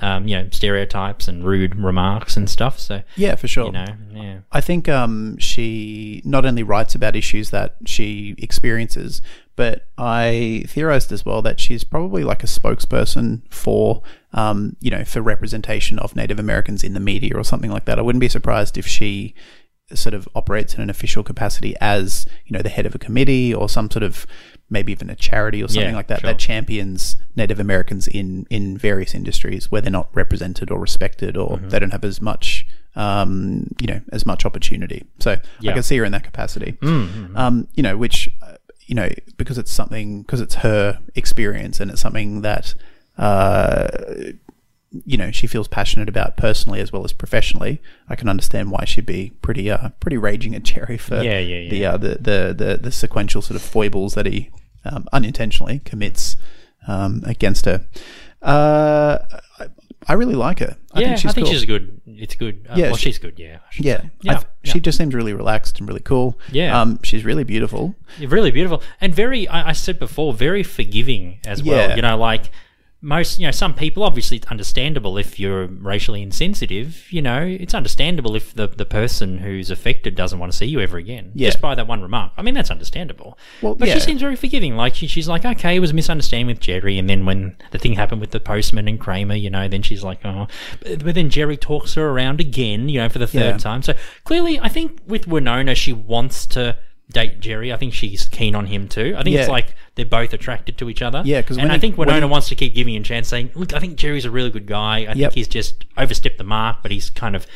um, you know, stereotypes and rude remarks and stuff. So
yeah, for sure.
you know, yeah,
I think um, she not only writes about issues that she experiences, but I theorized as well that she's probably like a spokesperson for, um, you know, for representation of Native Americans in the media or something like that. I wouldn't be surprised if she sort of operates in an official capacity as, you know, the head of a committee or some sort of maybe even a charity or something
Yeah,
like that
sure.
that champions Native Americans in in various industries where they're not represented or respected or
Mm-hmm.
they don't have as much um, you know as much opportunity. So I
Yeah. Mm.
can see her in that capacity. Um, you know, which uh, you know because it's something because it's her experience and it's something that uh, you know she feels passionate about personally as well as professionally. I can understand why she'd be pretty uh, pretty raging at Jerry for
Yeah, yeah,
the
yeah.
uh, the, the the the sequential sort of foibles that he um, unintentionally commits um, against her. Uh, I, I really like her. I
yeah.
think she's
I think
cool.
she's good. It's good. Uh,
Yeah,
well,
she-
she's good. Yeah, I should
yeah.
say.
I
yeah,
th- She just seems really relaxed and really cool.
Yeah.
Um, she's really beautiful.
Yeah, really beautiful and very. I, I said before, very forgiving as well.
Yeah.
You know, like most. You know, some people obviously it's understandable if you're racially insensitive. You know, it's understandable if the the person who's affected doesn't want to see you ever again.
Yeah.
Just by that one remark. I mean, that's understandable.
Well,
but
yeah.
she seems very forgiving. Like she, she's like, okay, it was a misunderstanding with Jerry, and then when the thing happened with the postman and Kramer, you know, then she's like, oh. But, but then Jerry talks her around again. You know, for the third
Yeah.
time time. So clearly, I think with Winona, she wants to date Jerry. I think she's keen on him too. I think
Yeah.
it's like they're both attracted to each other.
Yeah, 'cause
and
when
I
he-
think
when
Winona
he-
wants to keep giving him a chance, saying, "Look, I think Jerry's a really good guy. I
Yep.
think he's just overstepped the mark, but he's kind of."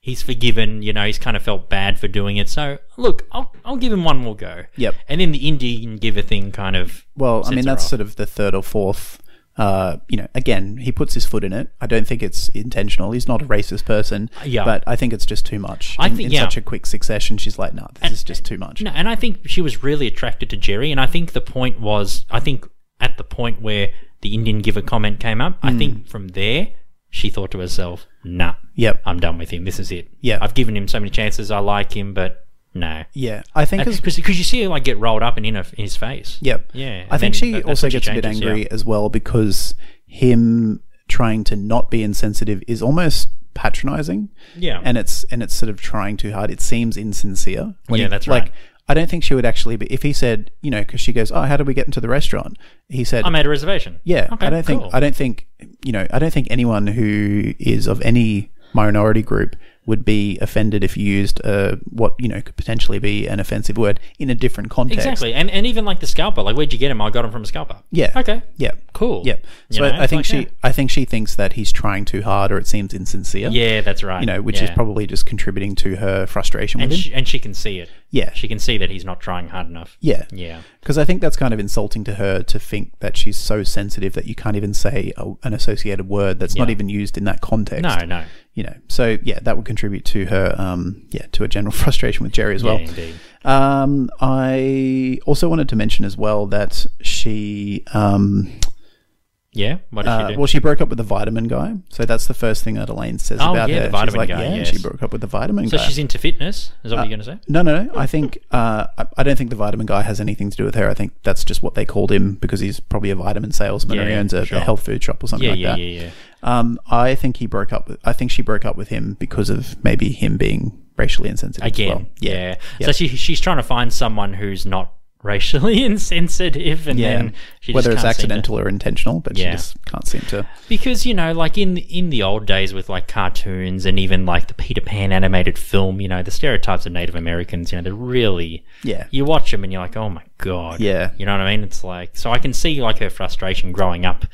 He's forgiven, you know. He's kind of felt bad for doing it. So look, I'll I'll give him one more go.
Yep.
And then the Indian giver thing kind of
Well, I
sets
mean,
her
that's
up.
sort of the third or fourth. Uh, you know, again, he puts his foot in it. I don't think it's intentional. He's not a racist person.
Yeah.
But I think it's just too much.
I
in,
think-
in
yeah.
such a quick succession, she's like, "No, this is just too much."
No, and I think she was really attracted to Jerry. And I think the point was, I think at the point where the Indian giver comment came up, I think from there she thought to herself, "Nah,
Mm. Yep.
I'm done with him. This is it.
Yeah.
I've given him so many chances. I like him, but no."
yeah, I think as
Because you see her like get rolled up and in, her, in his face.
Yep.
Yeah, and
I think
then
she
that- that's
also
when she
gets a
changes,
bit
yeah.
angry as well because him trying to not be insensitive is almost patronizing.
Yeah.
And it's and it's sort of trying too hard. It seems insincere. when
Yeah,
you-
that's
Like
right.
I don't think she would actually be if he said, you know, because she goes, "Oh, how did we get into the restaurant?" He said,
I made a reservation.
"Yeah,
Okay,
I don't
cool.
think I don't think you know I don't think anyone who is of any minority group would be offended if you used uh, what you know could potentially be an offensive word in a different context.
exactly. And and even like the scalper, like where'd you get him? I got him from a scalper.
Yeah.
Okay.
Yeah.
Cool.
Yeah.
You
So
know,
I, I
it's
think
like,
she
yeah.
I think she thinks that he's trying too hard or it seems insincere.
Yeah, that's right.
You know, which is
Yeah.
probably just contributing to her frustration
and
with him.
she, and she can see it.
Yeah.
she can see that he's not trying hard enough.
yeah.
yeah,
Because I think that's kind of insulting to her to think that she's so sensitive that you can't even say a, an associated word that's not
Yeah.
even used in that context.
no, no,
You know, so yeah, that would contribute to her, um, yeah, to a general frustration with Jerry as well.
yeah, indeed.
Um, I also wanted to mention as well that she, um,
Yeah, what did
Uh,
she do?
well, she broke up with the vitamin guy, so that's the first thing that Elaine says
Oh,
about
yeah,
her.
the vitamin
she's like,
guy,
yeah,
yes.
she broke up with the vitamin
so
guy.
she's into fitness. Is
Uh,
that what you're going to say?
no, no, no. I think uh, I- I don't think the vitamin guy has anything to do with her. I think that's just what they called him because he's probably a vitamin salesman or he
Yeah,
owns a,
sure.
a health food shop or something
Yeah,
like
yeah,
that.
yeah, yeah.
Um, I think he broke up. With, I think she broke up with him because of maybe him being racially insensitive
Again,
As well.
yeah. So she she's trying to find someone who's not racially insensitive, and
Yeah.
then she just
Whether it's
can't seem to-
accidental or intentional, but she
Yeah.
just can't seem to.
because you know, like in in the old days with like cartoons and even like the Peter Pan animated film, you know, the stereotypes of Native Americans, you know, they're really
Yeah.
you watch them and you're like, oh my god,
Yeah.
you know what I mean? It's like so I can see like her frustration growing up,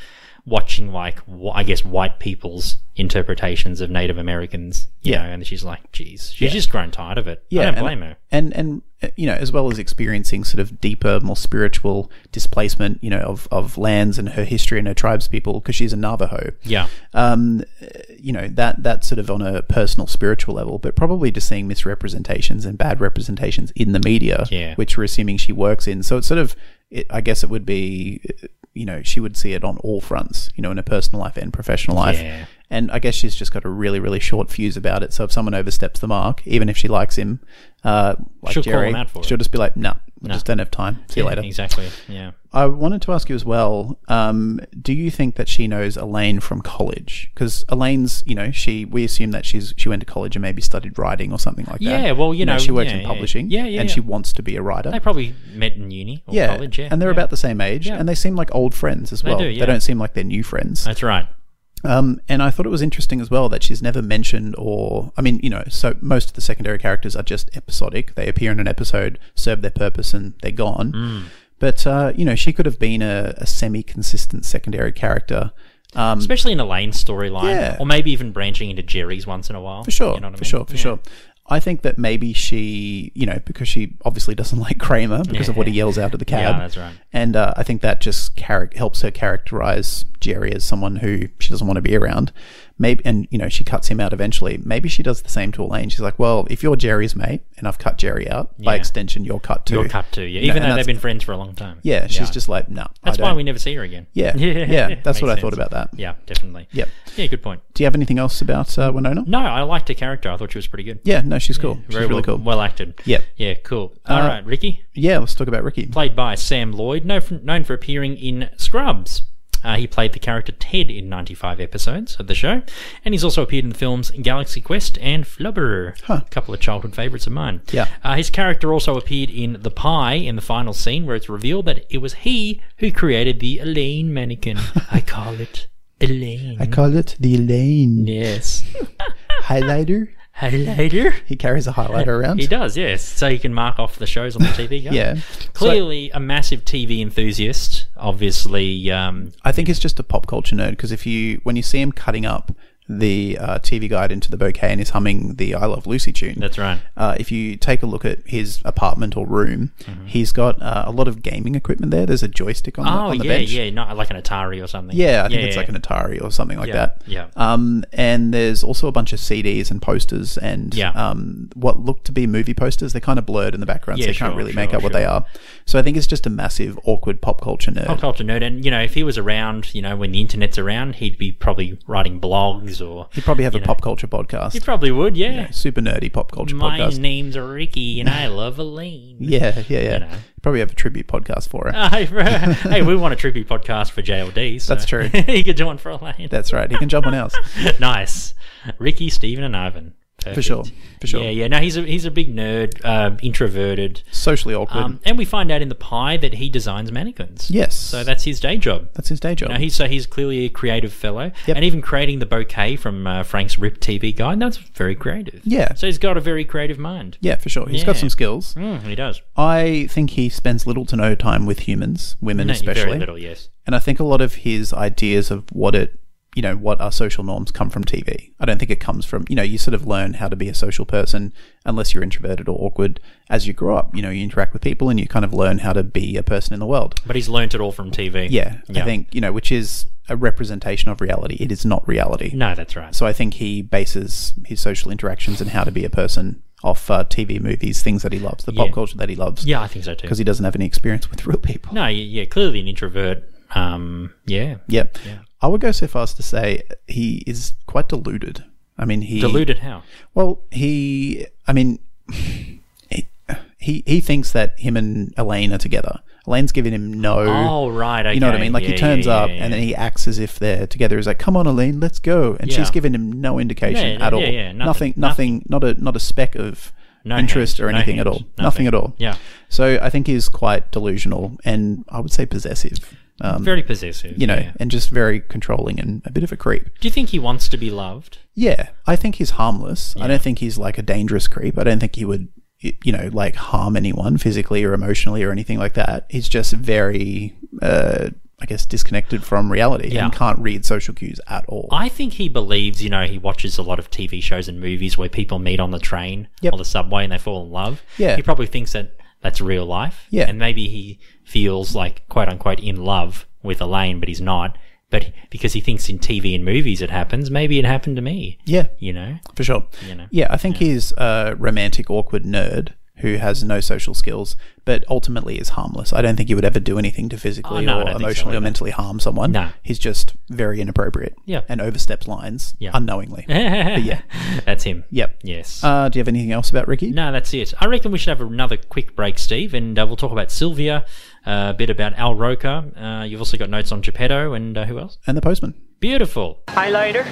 watching like wh- I guess white people's interpretations of Native Americans, you
Yeah.
know, and she's like, geez, she's just grown tired of it. I don't
and-
blame her.
And and uh, you know, as well as experiencing sort of deeper, more spiritual displacement, you know, of, of lands and her history and her tribe's people, because she's a Navajo.
Yeah,
Um, uh, you know that that sort of on a personal, spiritual level, but probably just seeing misrepresentations and bad representations in the media,
Yeah.
which we're assuming she works in. So it's sort of, it, I guess it would be, uh, you know, she would see it on all fronts, you know, in her personal life and professional life.
Yeah.
And I guess she's just got a really, really short fuse about it. So if someone oversteps the mark, even if she likes him, uh, like
She'll call
Jerry,
him out for it.
she'll just be like, "No, we just don't have time. See you later."
exactly. Yeah.
I wanted to ask you as well. Um, do you think that she knows Elaine from college? Because Elaine's, you know, she we assume that she's she went to college and maybe studied writing or something like that.
Yeah, well, you know,
she works
yeah,
in
yeah.
publishing.
Yeah, yeah,
and
yeah.
she wants to be a writer.
They probably met in uni or
yeah,
college. Yeah,
and they're
yeah.
about the same age, and they seem like old friends as well.
do, yeah.
They don't seem like they're new friends.
That's right.
Um, and I thought it was interesting as well that she's never mentioned, or I mean, you know, so most of the secondary characters are just episodic. They appear in an episode, serve their purpose, and they're gone. But uh, you know, she could have been a, a semi-consistent secondary character. Um,
Especially in Elaine's storyline,
Yeah.
or maybe even branching into Jerry's once in a while.
for sure,
you know what
for
I mean?
sure, for sure. I think that maybe she, you know, because she obviously doesn't like Kramer because of what he yells out of the cab.
Yeah, that's right.
And uh, I think that just charac- helps her characterize Jerry as someone who she doesn't want to be around. Maybe, and you know, she cuts him out eventually. Maybe she does the same to Elaine. She's like, "Well, if you're Jerry's mate, and I've cut Jerry out, by
Yeah.
extension, you're cut too."
You're cut too. Yeah,
You know,
even
and
though
that's-
they've been friends for a long time.
Yeah, she's just like, "No,
That's
I don't."
why we never see her again.
yeah, yeah, that's
Makes
what I thought
sense.
about that.
Yeah, definitely.
Yep.
Yeah, good point.
Do you have anything else about uh, Winona?
No, I liked her character. I thought she was pretty good.
Yeah, no, she's cool. she's
Very
really
well,
cool.
Well acted.
Yep. Uh,
Yeah, cool. All right, Ricky,
yeah, let's talk about Ricky.
played by Sam Lloyd, known for, known for appearing in Scrubs. Uh, he played the character Ted in 95 episodes of the show, and he's also appeared in the films Galaxy Quest and Flubber, a couple of childhood favourites of mine.
Yeah.
Uh, his character also appeared in The Pie in the final scene, where it's revealed that it was he who created the Elaine mannequin. I call it Elaine.
Call it the Elaine
yes.
highlighter.
Highlighter?
He carries a highlighter around.
He does, yes. So he can mark off the shows on the TV. guide.
Yeah.
Clearly a massive TV enthusiast. Obviously, um,
I think he's just a pop culture nerd because if you when you see him cutting up the uh, TV guide into the bouquet and he's humming the "I Love Lucy" tune,
that's right.
Uh, if you take a look at his apartment or room,
Mm-hmm.
he's got uh, a lot of gaming equipment there. There's a joystick on, the,
Oh,
on the
yeah,
bench.
yeah. Not like an Atari or something.
Yeah, I think it's
yeah.
like an Atari or something like
Yeah,
that.
yeah.
Um, and there's also a bunch of CDs and posters and
Yeah.
um, what look to be movie posters. They're kind of blurred in the background,
Yeah,
so you can't
sure,
really
sure,
make out what they
sure.
are. So I think it's just a massive, awkward pop culture nerd.
pop culture nerd. And, you know, if he was around, you know, when the internet's around, he'd be probably writing blogs or.
He'd probably have a
know.
pop culture podcast.
He probably would, yeah.
Super nerdy pop culture
My
podcast.
name's Ricky and I love Elaine.
yeah, yeah, yeah.
know. Ah.
Probably have a tribute podcast for it.
hey, bro. hey, we want a trippy podcast for JLD. So
That's true.
he could do one for Elaine.
That's right. He can jump on ours.
nice. Ricky, Steven, and Ivan. Perfect.
For sure. For sure.
Yeah, yeah. No, he's a he's a big nerd, um, introverted,
Socially awkward.
um, and we find out in the pie that he designs mannequins.
yes.
So that's his day job.
that's his day job.
You know, he's so he's clearly a creative fellow,
Yep.
and even creating the bouquet from uh, Frank's Rip TV guide that's very creative.
Yeah.
So he's got a very creative mind.
yeah, for sure. He's got
Yeah.
some skills.
Mm, he does.
I think he spends little to no time with humans, women
No,
especially.
Very little, yes.
And I think a lot of his ideas of what it, you know, what are social norms come from TV. I don't think it comes from, you know, you sort of learn how to be a social person unless you're introverted or awkward as you grow up. You know, you interact with people and you kind of learn how to be a person in the world.
But he's learnt it all from TV.
Yeah, I
Yeah.
think, you know, which is a representation of reality. It is not reality.
No, that's right.
So I think he bases his social interactions and how to be a person off uh, TV movies, things that he loves, the pop
Yeah.
culture that he loves.
yeah, I think so too.
Because he doesn't have any experience with real people.
No, y- yeah, clearly an introvert. Um, yeah.
Yep. I would go so far as to say he is quite deluded. I mean, he
Deluded how?
Well, he. I mean, he, he he thinks that him and Elaine are together. Elaine's giving him no.
Oh, right. Okay.
You know what I mean? Like
Yeah,
he turns
yeah,
up
yeah,
and
yeah.
then he acts as if they're together. He's like, "Come on, Elaine, let's go," and
Yeah.
she's giving him no indication
Yeah,
at
yeah,
all.
yeah,
nothing,
nothing,
nothing, not a not a speck of
No
interest
hint,
or
no
anything at all.
hint,
Nothing. at all.
Yeah.
So I think he's quite delusional and I would say possessive. Um,
Very possessive.
you know,
yeah.
and just very controlling and a bit of a creep.
Do you think he wants to be loved?
Yeah, I think he's harmless. I don't think he's like a dangerous creep. I don't think he would, y- you know, like harm anyone physically or emotionally or anything like that. He's just very, uh, I guess, disconnected from reality
Yeah.
and can't read social cues at all.
I think he believes, you know, he watches a lot of TV shows and movies where people meet on the train
Yep.
or the subway and they fall in love.
Yeah.
He probably thinks that that's real life.
Yeah.
And maybe he feels like, quote unquote, in love with Elaine, but he's not. But because he thinks in TV and movies it happens, maybe it happened to me.
yeah,
You know?
for sure.
know.
Yeah, I think he's a romantic, awkward nerd who has no social skills, but ultimately is harmless. I don't think he would ever do anything to physically
Oh, no, I
or
don't think so
emotionally or
either.
mentally harm someone.
No.
He's just very inappropriate
Yeah.
and oversteps lines
Yeah.
unknowingly.
yeah. That's him.
Yep.
Yes.
Uh, do you have anything else about Ricky?
No, that's it. I reckon we should have another quick break, Steve, and uh, we'll talk about Sylvia, uh, a bit about Al Roker. Uh, you've also got notes on Geppetto and uh, who else?
And the postman.
Beautiful.
Highlighter,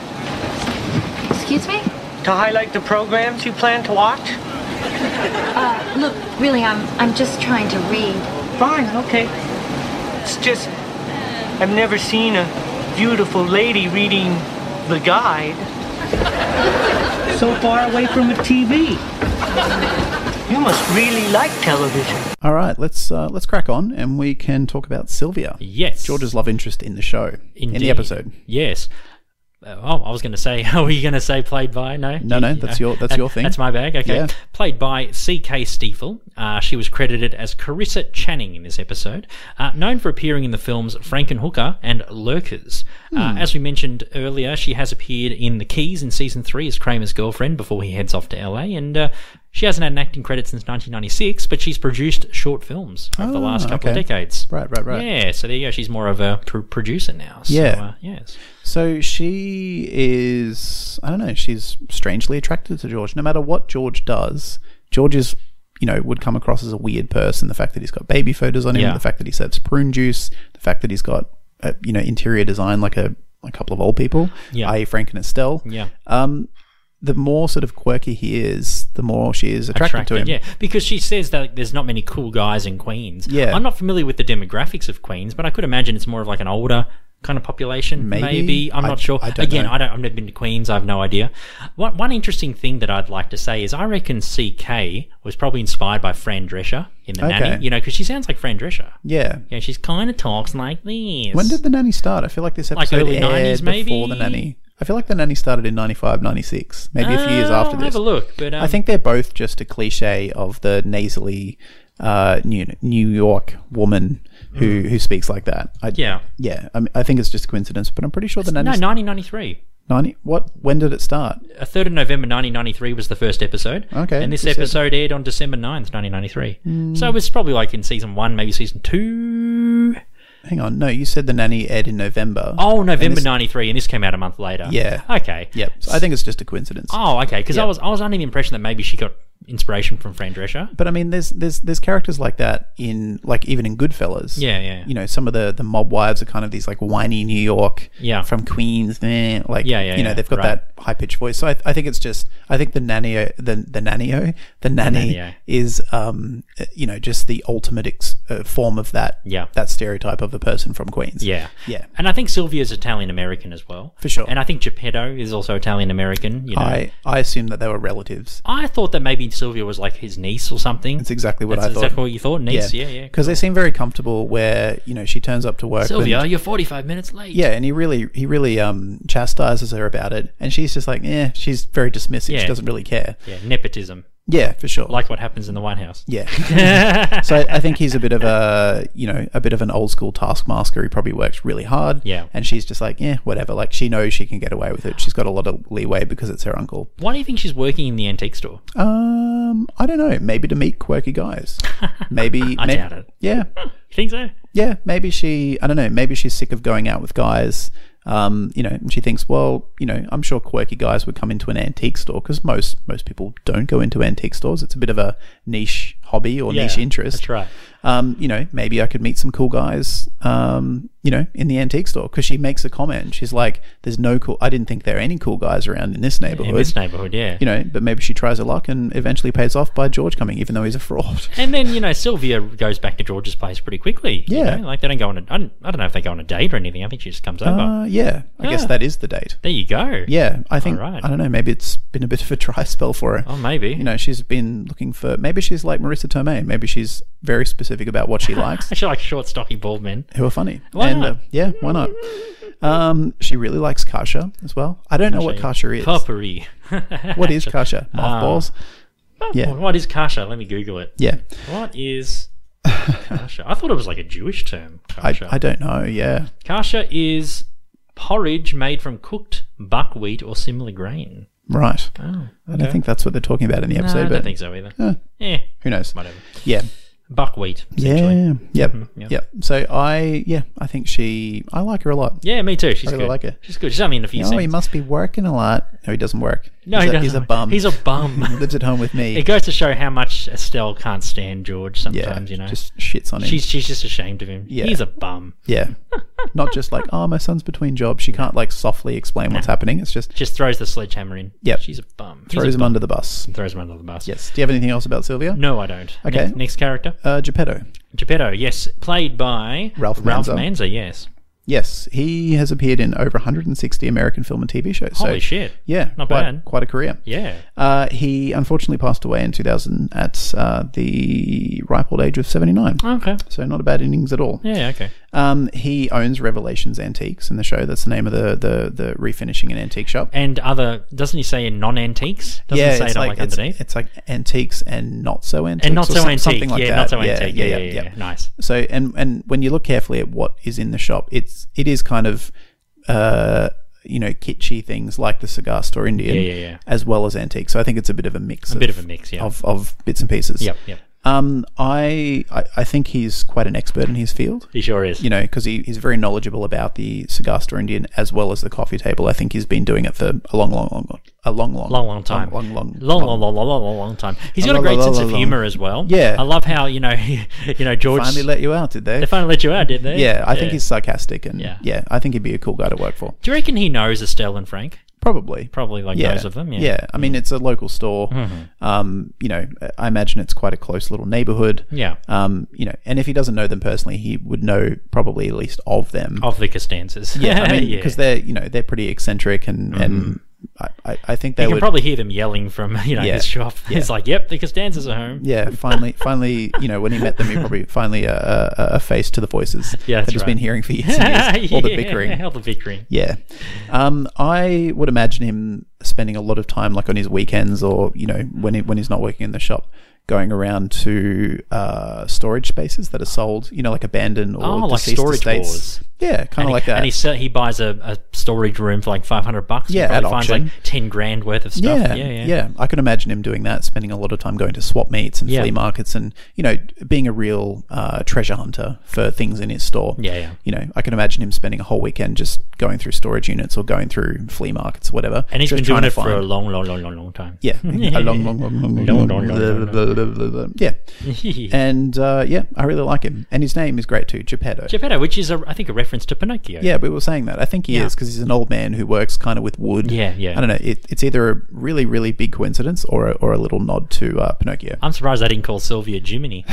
Excuse me?
to highlight the programs you plan to watch?
Look, really, I'm I'm just trying to read.
Fine, okay. It's just, I've never seen a beautiful lady reading the guide. so far away from a TV. You must really like television.
All right, let's uh, let's crack on, and we can talk about Sylvia,
Yes.
George's love interest in the show, in the
Indeed.
episode.
Yes. Uh, Oh, I was going to say, are we going to say played by? No,
No,
You-
no,
you
that's
know.
your- that's
That-
your thing.
That's my bag. Okay,
Yeah.
played by C.K. Stiefel. Uh, she was credited as Carissa Channing in this episode, uh, known for appearing in the films Frankenhooker and Lurkers. Uh,
Hmm.
as we mentioned earlier, she has appeared in The Keys in season three as Kramer's girlfriend before he heads off to L.A. and. Uh, she hasn't had an acting credit since 1996, but she's produced short films over the last
Ah,
couple
okay.
of decades.
Right, right, right.
Yeah, so there you go. She's more of a pr- producer now. So,
Yeah.
Uh, yes.
So she is, I don't know, she's strangely attracted to George. No matter what George does, George is, you know, would come across as a weird person. The fact that he's got baby photos on him,
Yeah.
the fact that he serves prune juice, the fact that he's got, uh, you know, interior design like a, a couple of old people,
Yeah.
i.e., Frank and Estelle.
Yeah.
The more sort of quirky he is, the more she is attracted, to him.
Yeah, because she says that there's not many cool guys in Queens.
Yeah.
I'm not familiar with the demographics of Queens, but I could imagine it's more of like an older kind of population.
Maybe.
Maybe, I'm
I-
not sure.
I don't
Again,
know.
I don't. I've never been to Queens. I have no idea. One one interesting thing that I'd like to say is I reckon CK was probably inspired by Fran Drescher in the
Okay.
nanny. You know, because she sounds like Fran Drescher.
Yeah.
Yeah, she's kind of talks like this.
When did the nanny start? I feel like this episode
early
aired
90s
before
maybe?
the nanny. I feel like the nanny started in 95, 96, maybe a few years
Uh,
after
I'll
this.
Have a look, but um,
I think they're both just a cliche of the nasally uh, New New York woman who who speaks like that. I,
Mm. Yeah.
yeah. I, mean, I think it's just a coincidence, but I'm pretty sure the
no,
nanny.
1993.
ninety. What? When did it start?
A 3rd of November 1993 was the first episode.
Okay, Hmm.
And this
you said-
episode aired on December 9th, 1993. So it was probably like in season one, maybe season two.
Hang on. No, you said the nanny aired in November.
Oh,
And
November
this-
93, and this came out a month later.
Yeah.
Okay.
Yep. So I think it's just a coincidence.
Oh, okay. Because I, was, I was under the impression that maybe she got inspiration from Fran Drescher.
But I mean, there's there's there's characters like that in like even in Goodfellas.
Yeah, yeah.
You know, some of the the mob wives are kind of these like whiny New York.
Yeah.
From Queens, eh, like
Yeah, yeah,
You know,
yeah,
they've got
right.
that high pitched voice. So I, I think it's just I think the nanny the the nanny oh, the nanny
nanny-o.
is um uh, you know just the ultimate ex- uh, form of that
Yeah.
that stereotype of the person from Queens.
Yeah.
Yeah.
And I think Sylvia's Italian American as well.
For sure.
And I think Geppetto is also Italian American. You know.
I I assume that they were relatives.
I thought that maybe Sylvia was like his niece or something.
That's exactly what
That's
I thought.
exactly what you thought, niece. Yeah, yeah.
Because they seem very comfortable. Where you know she turns up to work.
Sylvia,
and-
you're 45 minutes late.
Yeah, and he really he really um chastises her about it, and she's just like, eh, she's very dismissive. She
Yeah.
doesn't really care.
Yeah, nepotism,
Yeah, for sure.
like what happens in the White House.
yeah. so I, I think he's a bit of a you know a bit of an old school taskmaster. He probably works really hard.
Yeah.
and she's just like, eh, whatever. Like she knows she can get away with it. She's got a lot of leeway because it's her uncle.
Why do you think she's working in the antique store?
Um, I don't know. Maybe to meet quirky guys. Maybe
I
may-
doubt it.
Yeah,
You think so?
yeah, maybe she, I don't know, maybe she's sick of going out with guys. Um, you know, and she thinks, well, you know, I'm sure quirky guys would come into an antique store because most most people don't go into antique stores. It's a bit of a niche hobby or niche interest.
That's right.
Um, you know, maybe I could meet some cool guys. Um, you know, in the antique store because she makes a comment. She's like, "There's no cool. I didn't think there are any cool guys around in this neighborhood."
In this neighborhood, yeah.
you know, but maybe she tries her luck and eventually pays off by George coming, even though he's a fraud.
and then you know Sylvia goes back to George's place pretty quickly. you
Yeah.
know? like they don't go on. A, I, don't, I don't know if they go on a date or anything. I think she just comes over.
Uh, yeah, I guess
Yeah.
that is the date.
There you go.
Yeah, I think
Alright.
I don't know. Maybe it's been a bit of a dry spell for her.
Oh, maybe.
You know, she's been looking for. Maybe she's like Marissa Tomei. Maybe she's very specific about what she likes,
She likes short, stocky, bald men.
who are funny.
Why
and uh,
not?
yeah, why not? Um, she really likes kasha as well. I don't know what kasha is.
Potpourri.
What is
Ah.
kasha? Mothballs. Yeah.
Oh, What is kasha? Let me Google it.
Yeah,
What is kasha? I thought it was like a Jewish term.
I,
Kasha.
I don't know. Yeah,
Kasha is porridge made from cooked buckwheat or similar grain.
right.
Oh,
I don't think that's what they're talking about in the
no,
episode,
I
but
don't think so either.
Huh.
Eh,
who knows?
whatever.
Yeah,
Buckwheat. essentially.
yeah, yep,
Mm-hmm. yeah.
yep. So I, yeah, I think she, I like her a lot.
Yeah, me too. She's
I really
good.
like her.
She's good. She's only in a few
Oh, he
scenes.
must be working a lot. No, he doesn't work.
No,
he's
he
a, He's a
doesn't.
bum.
He's a bum.
He lives at home with me.
It goes to show how much Estelle can't stand George.
yeah,
Sometimes you know,
just shits on him.
she's she's just ashamed of him.
Yeah.
He's a bum.
yeah, not just like oh, my son's between jobs. She can't like softly explain what's happening. It's just
Just throws the sledgehammer in.
Yep.
she's a bum. He's
throws
a
him under the bus.
bum. throws him under the bus.
Yes. Do you have anything else about Sylvia?
No, I don't.
Okay.
Next, next character,
Uh, Geppetto.
Geppetto. Yes, played by
Ralph
Ralph
Manza.
Manza. Yes.
Yes, he has appeared in over 160 American film and TV shows. so,
Holy shit.
Yeah,
Not
quite,
bad.
Quite a career.
Yeah.
Uh, he unfortunately passed away in 2000 at uh, the ripe old age of 79.
Okay.
So not a bad innings at all.
Yeah. Okay.
Um, he owns Revelations Antiques in the show. That's the name of the the, the refinishing and antique shop.
And other doesn't he say in non-antiques? Doesn't he say it on, like,
it's,
underneath.
it's like antiques and not so antiques
and not
or
so
some-
antique.
something like
yeah,
that.
not so antique. Yeah, yeah, yeah. Nice.
So and and when you look carefully at what is in the shop, it's it is kind of uh you know kitschy things like the cigar store Indian,
Yeah, yeah, yeah.
as well as antique. So I think it's a bit of a mix, a
bit of a mix, yeah.
of, of bits and pieces.
Yep. Yep.
Um, I, I I think he's quite an expert in his field
He sure is.
you know, because he, he's very knowledgeable about the cigar store Indian as well as the coffee table. I think he's been doing it for a long, long, long, a long, long,
long, long time.
long, long,
long, long, long, long, long, long, long time. He's got a
long,
great
long,
sense
long,
of
long.
humor as well.
Yeah.
I love how you know, you know, George.
Finally, let you out, did they?
they finally let you out, did they?
yeah, I think he's sarcastic, and yeah.
Yeah.
I think he'd be a cool guy to work for.
Do you reckon he knows Estelle and Frank?
Probably.
Probably like
yeah.
those of them. Yeah. Mm. Mm-hmm.
I mean, it's a local store. Um, you know, I imagine it's quite a close little neighborhood.
Yeah.
Um, you know, and if he doesn't know them personally, he would know probably at least of them.
Of the Costanzas.
yeah, I mean,
Oh, Yeah.
because they're you know they're pretty eccentric and and I, I, I think they
You
would
can probably hear them yelling from you know
Yeah.
his shop. It's like, yep, the Costanzas are home.
yeah finally finally you know when he met them he probably finally uh, a, a, a face to the voices
Yeah, that's
that he's been
right.
hearing for years and years all the
Yeah,
bickering
all the bickering.
Yeah. Um, I would imagine him spending a lot of time, like on his weekends or, you know, when, he, when he's not working in the shop, going around to uh, storage spaces that are sold, you know, like abandoned or
Oh, like
deceased
storage
estates.
wars.
Yeah, kind
And,
of like
he,
that.
and he sell, he buys a, a storage room for like five hundred bucks.
Yeah,
he
at
probably finds
auction.
like ten grand worth of
yeah,
stuff.
yeah, I can imagine him doing that, spending a lot of time going to swap meets and
Yeah.
flea markets and, you know, being a real uh, treasure hunter for things in his store.
Yeah, yeah.
You know, I can imagine him spending a whole weekend just going through storage units or going through flea markets or whatever.
And he's
just
been
trying
doing
to
it for
find-
a long, long, long, long, long time.
Yeah, a long, long, long, long, long, long, long, long, long, long, long. yeah, and uh, yeah, I really like him, and his name is great too, Geppetto.
Geppetto, which is a, I think a reference to Pinocchio.
yeah, we were saying that. I think he
Yeah.
is because he's an old man who works kind of with wood.
Yeah, yeah.
I don't know. It, it's either a really, really big coincidence or a, or a little nod to uh, Pinocchio.
I'm surprised they didn't call Sylvia Jiminy.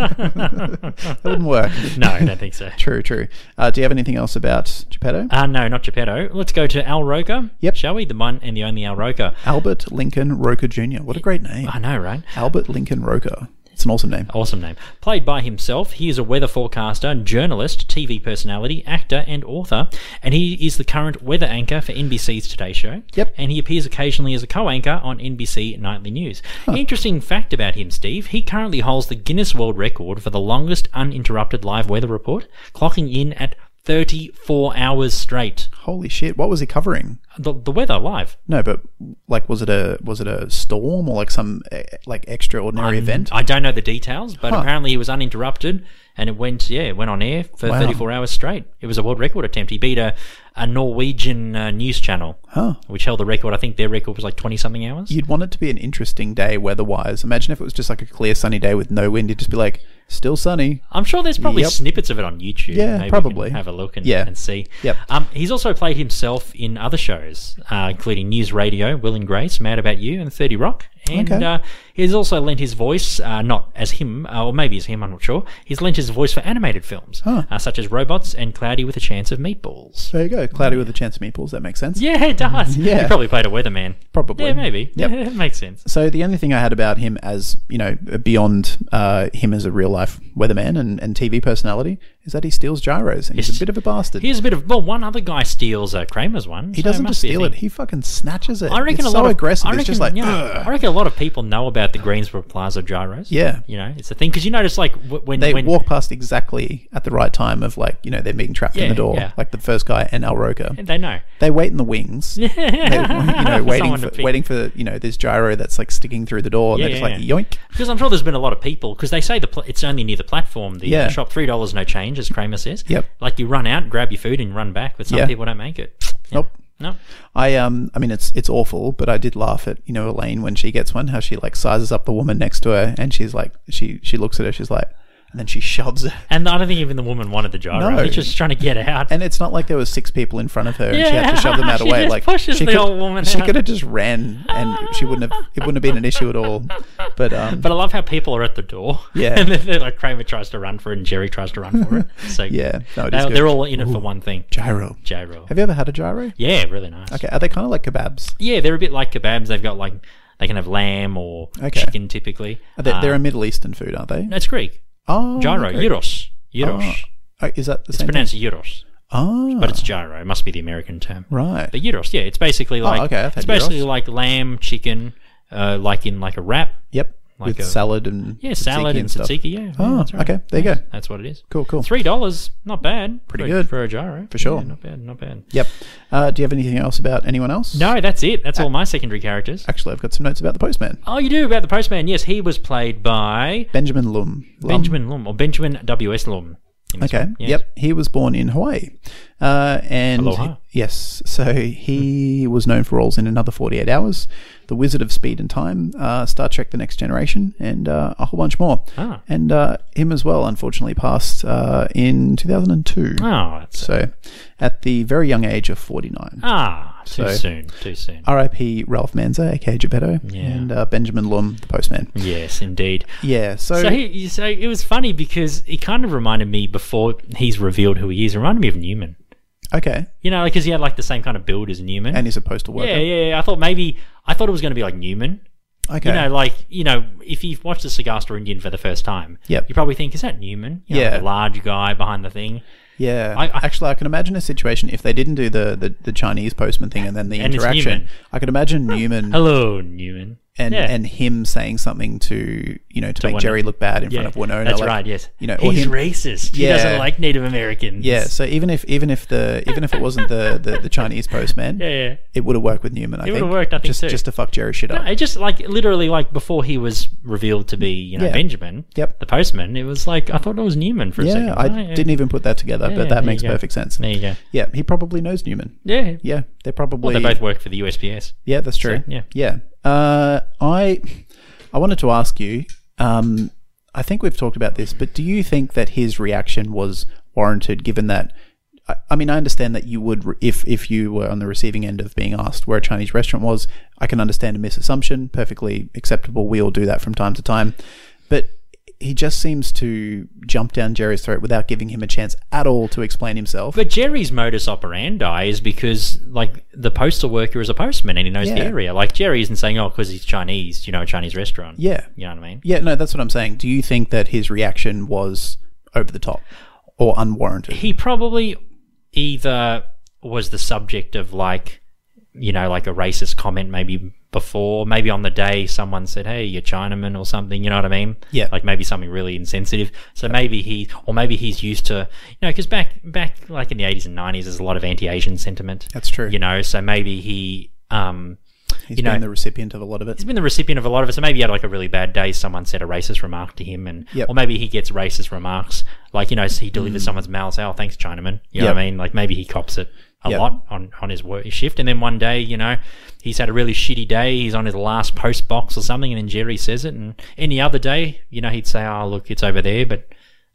That wouldn't work.
No, I don't think so.
True, true. Uh, do you have anything else about Geppetto?
Uh, no, not Geppetto. Let's go to Al Roker.
Yep.
Shall we? The one and the only Al Roker.
Albert Lincoln Roker Jr. What a great name,
I know, right?
Albert Lincoln Roker. It's an awesome name.
Awesome name. Played by himself, he is a weather forecaster, journalist, TV personality, actor, and author, and he is the current weather anchor for NBC's Today Show.
Yep.
And he appears occasionally as a co anchor on NBC Nightly News. Interesting fact about him, Steve, he currently holds the Guinness World Record for the longest uninterrupted live weather report, clocking in at 34 hours straight.
Holy shit! What was he covering?
The, the weather live.
No, but like, was it a was it a storm or like some eh, like extraordinary event?
I don't know the details, but apparently he was uninterrupted and it went, yeah, it went on air for
Wow.
34 hours straight. It was a world record attempt. He beat a, a Norwegian uh, news channel,
Huh.
which held the record. I think their record was like 20 something hours.
You'd want it to be an interesting day weather-wise. Imagine if it was just like a clear sunny day with no wind. You'd just be like, still sunny.
I'm sure there's probably
Yep.
snippets of it on YouTube.
Yeah,
Maybe we can
probably.
have a look and,
Yeah.
and see.
Yep.
Um, he's also played himself in other shows, uh, including News Radio, Will and Grace, Mad About You, and 30 Rock. And
Okay.
uh, he's also lent his voice, uh, not as him, uh, or maybe as him, I'm not sure. He's lent his voice for animated films, uh, such as Robots and Cloudy with a Chance of Meatballs.
There you go, cloudy with a chance of meatballs. That makes sense.
Yeah, it does.
Yeah.
He probably played a weatherman.
Probably.
Yeah, maybe.
Yep.
Yeah, it makes sense.
So the only thing I had about him as you know beyond uh, him as a real life weatherman and, and TV personality is that he steals gyros and he's, a bit of a bastard.
Here's a bit of, well, one other guy steals uh, Kramer's one.
he doesn't just steal it; he fucking snatches it.
I reckon
it's
a
so
lot of
aggressive.
I reckon,
it's just like
yeah,
"Ugh."
I reckon a lot of people know about the Greensboro Plaza gyros.
Yeah.
you know, it's a thing because you notice like wh- when
they
when
walk past exactly at the right time of like you know they're being trapped in
Yeah,
the door,
yeah.
like the first guy and Al Roker.
they know.
They wait in the wings, they, you know,
For
waiting
someone to
for,
pick.
waiting for you know this gyro that's like sticking through the door, and
Yeah,
they're just
yeah,
like yoink.
yeah. Because I'm sure there's been a lot of people because they say the pl- it's only near the platform. The
Yeah.
shop three dollars no change, as Kramer says.
Yep.
Like you run out, grab your food, and run back. But some
Yeah.
people don't make it. Yeah.
Nope.
No.
I um, I mean it's it's awful, but I did laugh at you know Elaine when she gets one, how she like sizes up the woman next to her, and she's like she she looks at her, she's like, and then she shoves her.
And I don't think even the woman wanted the gyro.
No.
She's just trying to get out.
And it's not like there was six people in front of her, and she had
Yeah,
to shove them out of the
she
way.
just
Like
pushes
she
the
could,
old woman
she
out.
could have just ran, and she wouldn't have. It wouldn't have been an issue at all. But um,
but I love how people are at the door.
Yeah.
and then they're like Kramer tries to run for it, and Jerry tries to run for it. So
Yeah, no, it is
they're,
good.
they're all in it for one thing.
gyro.
Gyro.
Have you ever had a gyro?
Yeah, really nice.
Okay, are they kind of like kebabs?
Yeah, they're a bit like kebabs. They've got like they can have lamb or
Okay.
chicken typically.
Are they,
Uh,
they're a Middle Eastern food, aren't they?
no, it's Greek.
Oh,
Gyro,
okay.
gyros, gyros.
Oh, oh, is that the
it's
same?
pronounced gyros,
Oh,
but it's gyro. It must be the American term.
right. Oh,
But gyros, yeah, it's basically like
okay, I've had
it's basically
gyros.
like lamb, chicken, uh, like in like a wrap.
Yep,
Like
with
a-
salad and
Yeah, salad
tzatziki
and
stuff.
tzatziki. Yeah. yeah,
Oh,
that's right.
okay, there you
Yes,
go.
That's what it is.
Cool, cool.
Three dollars, not bad. Pretty
good.
for a gyro, for
sure.
not bad, not bad.
Yep. Uh, do you have anything else about anyone else?
No, that's it.
Uh,
That's all my secondary characters.
Actually, I've got some notes about the postman,
Oh, you do about the postman? Yes, he was played by
Benjamin Lum. Lum?
Benjamin Lum or Benjamin W. S. Lum. In this
Okay.
one, yes.
Yep. He was born in Hawaii, uh, and
Aloha.
yes, so he was known for roles in Another Forty Eight Hours, The Wizard of Speed and Time, uh, Star Trek: The Next Generation, and uh, a whole bunch more.
Ah.
And uh, him as well, unfortunately, passed uh, in two thousand and two.
Oh, that's
So, at the very young age of forty nine.
ah. Too
So- Ah.
soon. Too soon.
R.I.P. Ralph Manza, aka Geppetto,
Yeah.
and uh, Benjamin Lum, the postman.
Yes, indeed.
Yeah, so,
So he, you so it was funny because he kind of reminded me before he's revealed who he is. it Reminded me of Newman.
okay,
You know, because he had like the same kind of build as Newman.
and he's a postal worker.
yeah, yeah, yeah. I thought maybe I thought it was going to be like Newman.
Okay,
You know, like you know, if you've watched the Cigar Store Indian for the first time,
Yep.
you probably think, "Is that Newman? You know,
Yeah.
like a large guy behind the thing."
yeah.
I- I-
Actually, I can imagine a situation if they didn't do the, the, the Chinese postman thing and then the
And it's
interaction.
Newman.
I could imagine Newman
Hello, Newman.
and
Yeah.
and him saying something to you know to, make
Winona.
Jerry look bad in
yeah,
front of Winona.
that's
like,
right. Yes,
you know, or
he's
him-
racist. He
Yeah.
doesn't like Native Americans.
Yeah, so even if even if the even if it wasn't the the, the Chinese postman,
yeah, yeah.
it would have worked with Newman. I
It
think
would've worked, I think,
just
too.
just to fuck Jerry shit
No,
up.
it just like literally like before he was revealed to be you know
Yeah.
Benjamin,
Yep.
the postman. It was like I thought it was Newman for a second.
yeah, I
Oh, yeah.
didn't even put that together,
Yeah,
but
there
that
you
makes
go.
perfect sense.
There you go.
Yeah, he probably knows Newman.
Yeah, yeah.
Yeah, they're probably
Well, they both work for the USPS.
Yeah, that's true.
yeah.
yeah. Uh, I I wanted to ask you. Um, I think we've talked about this, but do you think that his reaction was warranted, given that? I, I mean, I understand that you would, re- if if you were on the receiving end of being asked where a Chinese restaurant was. I can understand a misassumption, perfectly acceptable. We all do that from time to time, but. He just seems to jump down Jerry's throat without giving him a chance at all to explain himself.
But Jerry's modus operandi is because, like, the postal worker is a postman and he knows the
Yeah.
area. Like, Jerry isn't saying, oh, because he's Chinese, you know, a Chinese restaurant.
yeah,
You know what I mean?
Yeah, no, that's what I'm saying. Do you think that his reaction was over the top or unwarranted?
He probably either was the subject of, like, you know, like a racist comment maybe before, maybe on the day someone said, hey, you're Chinaman or something, you know what I mean?
Yeah.
Like maybe something really insensitive. So maybe he, or maybe he's used to, you know, because back, back like in the 80s and 90s, there's a lot of anti Asian sentiment.
That's true.
You know, so maybe he, um,
He's
you know-
been the recipient of a lot of it.
he's been the recipient of a lot of it. So maybe he had like a really bad day. Someone said a racist remark to him, and
Yep. Mm.
or maybe he gets racist remarks. Like you know, he delivers someone's mail. Say, oh, thanks, Chinaman. You know what I
Yep.
mean? Like maybe he cops it a
Yep.
lot on on his work shift, and then one day, you know, he's had a really shitty day. He's on his last post box or something, and then Jerry says it. And any other day, you know, he'd say, oh, look, it's over there, but.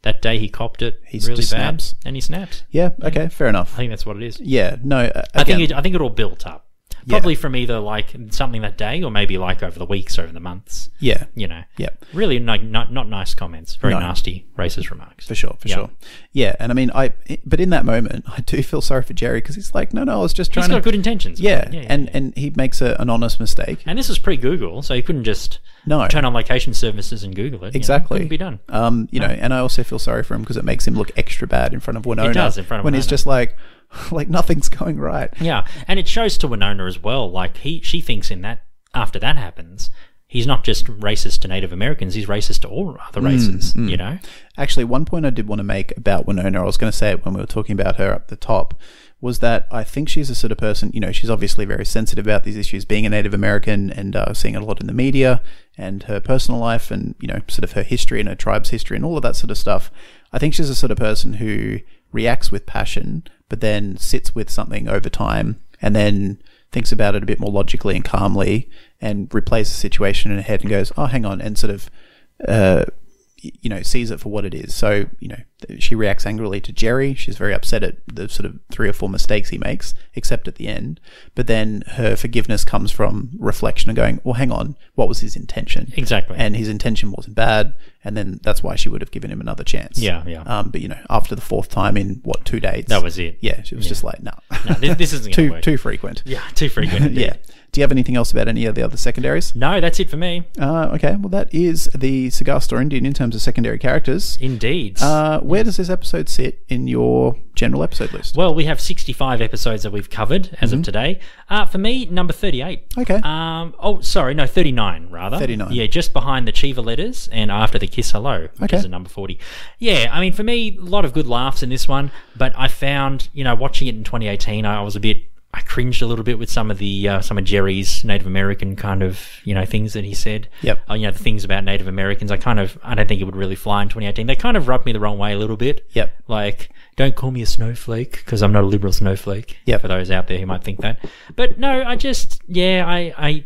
That day he copped it
He's
really
just
bad,
snaps.
and he snaps.
Yeah, okay, fair
I
enough.
think that's what it is.
Yeah, no, uh,
I
again,
think it, I think it all built up, probably from either like something that day, or maybe like over the weeks, over the months
yeah,
you know.
yeah.
Really, like not not nice comments. Very
No.
nasty, racist remarks.
For sure, for
Yeah.
sure. Yeah, and I mean, I. But in that moment, I do feel sorry for Jerry because he's like, no, no, I was just trying
He's
to.
got good intentions.
yeah,
yeah,
and
yeah.
and he makes a, an honest mistake.
and this was pre Google, so you couldn't just
No.
turn on location services and Google it. you know.
Exactly.
couldn't be done.
Um, you know, and I also feel sorry for him because it makes him look extra bad in front of Winona.
does, in front of
when he's
Winona.
just like, like nothing's going right.
yeah, and it shows to Winona as well. Like he, she thinks in that after that happens. He's not just racist to Native Americans; he's racist to all
Mm,
other races. You know,
Actually, one point I did want to make about Winona, I was going to say it when we were talking about her up the top, was that I think she's the sort of person, you know, she's obviously very sensitive about these issues, being a Native American and uh, seeing it a lot in the media and her personal life and, you know, sort of her history and her tribe's history and all of that sort of stuff. I think she's the sort of person who reacts with passion, but then sits with something over time and then thinks about it a bit more logically and calmly and replays the situation in her head and goes, oh, hang on, and sort of you know sees it for what it is. So you know th- she reacts angrily to Jerry. She's very upset at the sort of three or four mistakes he makes, except at the end. But then her forgiveness comes from reflection and going, well, hang on, what was his intention?
Exactly.
And his intention wasn't bad. And then that's why she would have given him another chance.
Yeah, yeah.
Um, but you know, after the fourth time in what two dates?
that was it.
Yeah, she was just like, nah,
No, thi- this, isn't gonna
too
work.
too frequent.
yeah, too frequent.
Yeah. Do you have anything else about any of the other secondaries?
No, that's it for me.
Uh, okay. Well, that is the Cigar Store Indian in terms of secondary characters.
Indeed.
Uh, where does this episode sit in your general episode list?
Well, we have 65 episodes that we've covered as
Mm-hmm.
of today. Uh, for me, number 38.
Okay.
Um, oh, sorry, no, 39 rather.
39.
Yeah, just behind the Cheever letters and after the Kiss Hello, which
Okay.
is the number 40. Yeah, I mean, for me, a lot of good laughs in this one, but I found, you know, watching it in 2018, I, I was a bit. I cringed a little bit with some of the uh, some of Jerry's Native American kind of you know things that he said.
Yep.
Uh, you know the things about Native Americans. I kind of I don't think it would really fly in 2018. They kind of rubbed me the wrong way a little bit.
Yep.
Like, don't call me a snowflake because I'm not a liberal snowflake.
Yep.
For those out there who might think that. But no, I just, yeah, I, I,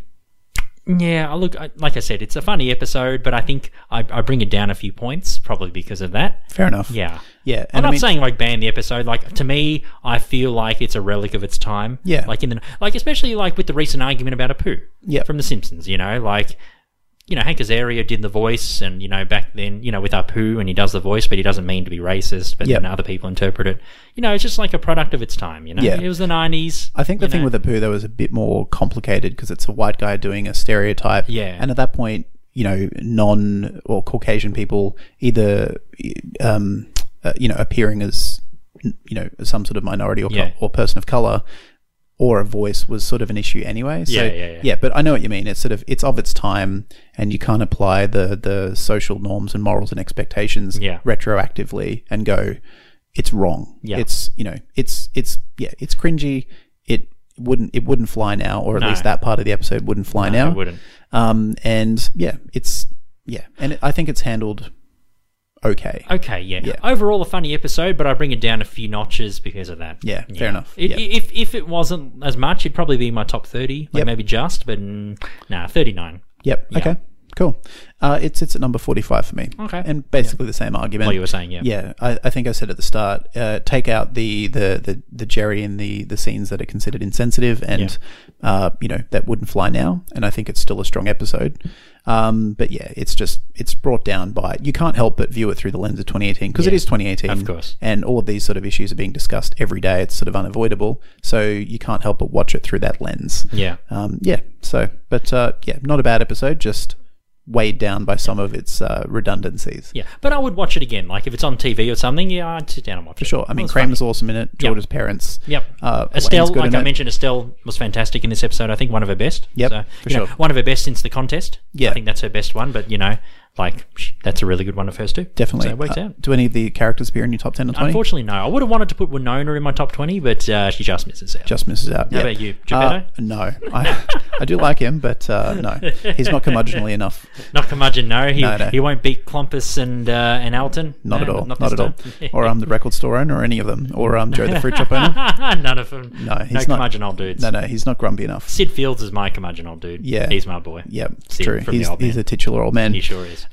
Yeah, I look, I, like I said, it's a funny episode, but I think I, I bring it down a few points, probably because of that.
Fair enough.
Yeah.
Yeah.
I'm
And
not
I mean,
saying like ban the episode. Like to me, I feel like it's a relic of its time.
Yeah.
Like in the like, especially like with the recent argument about Apu.
Yeah.
From The Simpsons, you know, like you know Hank Azaria did the voice, and you know back then, you know with Apu, and he does the voice, but he doesn't mean to be racist, but
Yeah.
then other people interpret it. You know, it's just like a product of its time. You know,
Yeah.
it was the '90s.
I think the
you
thing
know.
with the poo though is a bit more complicated because it's a white guy doing a stereotype.
Yeah.
And at that point, you know, non or Caucasian people either, um, uh, you know, appearing as, you know, some sort of minority or, co-
Yeah.
or person of color or a voice was sort of an issue anyway. So,
Yeah, yeah, yeah.
but I know what you mean. It's sort of, it's of its time and you can't apply the, the social norms and morals and expectations
Yeah.
retroactively and go, it's wrong.
Yeah.
It's you know, it's it's yeah, it's cringy. It wouldn't it wouldn't fly now, or at
No.
least that part of the episode wouldn't fly now.
I wouldn't.
Um, and yeah, it's yeah, and it, I think it's handled okay.
Okay, yeah.
Yeah.
Overall, a funny episode, but I bring it down a few notches because of that.
Yeah, fair enough.
It,
Yeah.
If if it wasn't as much, it'd probably be in my top thirty, like
Yep.
maybe just, but mm, nah, thirty nine.
Yep. Okay. Cool. Uh, it sits at number forty-five for me.
Okay.
And basically the same argument.
What you were saying, yeah.
Yeah. I, I think I said at the start, uh, take out the, the, the, the Jerry and the, the scenes that are considered insensitive and, uh, you know, that wouldn't fly now. And I think it's still a strong episode. Um, but yeah, it's just, it's brought down by, you can't help but view it through the lens of 2018 because it is 2018.
of course.
And all of these sort of issues are being discussed every day. It's sort of unavoidable. So you can't help but watch it through that lens.
Yeah.
Um, yeah. So, but uh, yeah, not a bad episode. Just weighed down by some of its uh, redundancies.
Yeah, but I would watch it again. Like if it's on TV or something, yeah, I'd sit down and watch
For
it.
sure. I mean,
was
Kramer's awesome in it. George's parents.
Yep.
Uh,
Estelle,
Elaine's good
like
in
I
it.
mentioned, Estelle was fantastic in this episode. I think one of her best.
Yep,
So,
for
you know,
sure.
one of her best since the contest.
Yeah.
I think that's her best one. But you know, like sh- that's a really good one of hers too.
Definitely.
So it works
Uh,
out.
Do any of the characters appear in your top 10 or 20?
Unfortunately, no. I would have wanted to put Winona in my top twenty, but uh, she just misses out.
Just misses out. How
about you? Geppetto?
no. I, I do like him, but uh, no. He's not curmudgeonly enough.
Not curmudgeon, no. He,
No, no.
he won't beat Clumpus and uh, and Alton.
Not
No,
at all. Not,
this
at all.
time.
or I'm the record store owner or any of them. Or I'm Joe the fruit shop owner.
None of them.
No, he's not.
no curmudgeon old dudes.
No, no. He's not grumpy enough.
Sid Fields is my curmudgeon old dude.
Yeah.
He's my boy.
Yeah, it's
Sid
true.
from the
He's,
old
he's
man.
a titular old man.
He sure is.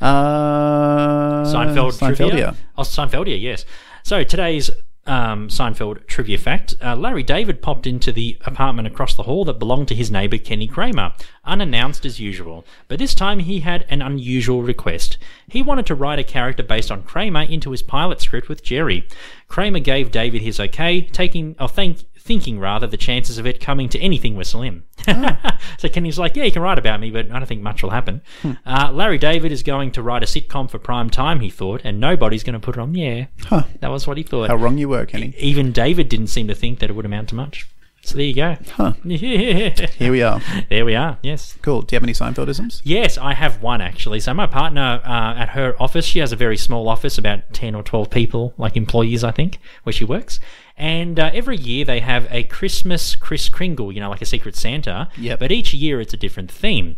Uh,
Seinfeld
Seinfeldia.
trivia. Oh, Seinfeldia, yes. So today's um, Seinfeld trivia fact uh, Larry David popped into the apartment across the hall that belonged to his neighbour Kenny Kramer, unannounced as usual. But this time he had an unusual request. He wanted to write a character based on Kramer into his pilot script with Jerry. Kramer gave David his okay, taking, or thank, thinking rather, the chances of it coming to anything were slim.
Ah.
so Kenny's like, yeah, you can write about me, but I don't think much will happen.
Hmm.
Uh, Larry David is going to write a sitcom for prime time, he thought, and nobody's going to put it on the air.
Huh.
That was what he thought.
How Uh, wrong you were, Kenny.
Even David didn't seem to think that it would amount to much. So there you go.
Huh. Here we are.
there we are. Yes.
Cool. Do you have any Seinfeldisms?
Yes, I have one actually. So my partner uh, at her office, she has a very small office, about ten or twelve people, like employees, I think, where she works. And uh, every year they have a Christmas Kris Kringle, you know, like a Secret Santa.
Yep.
But each year it's a different theme.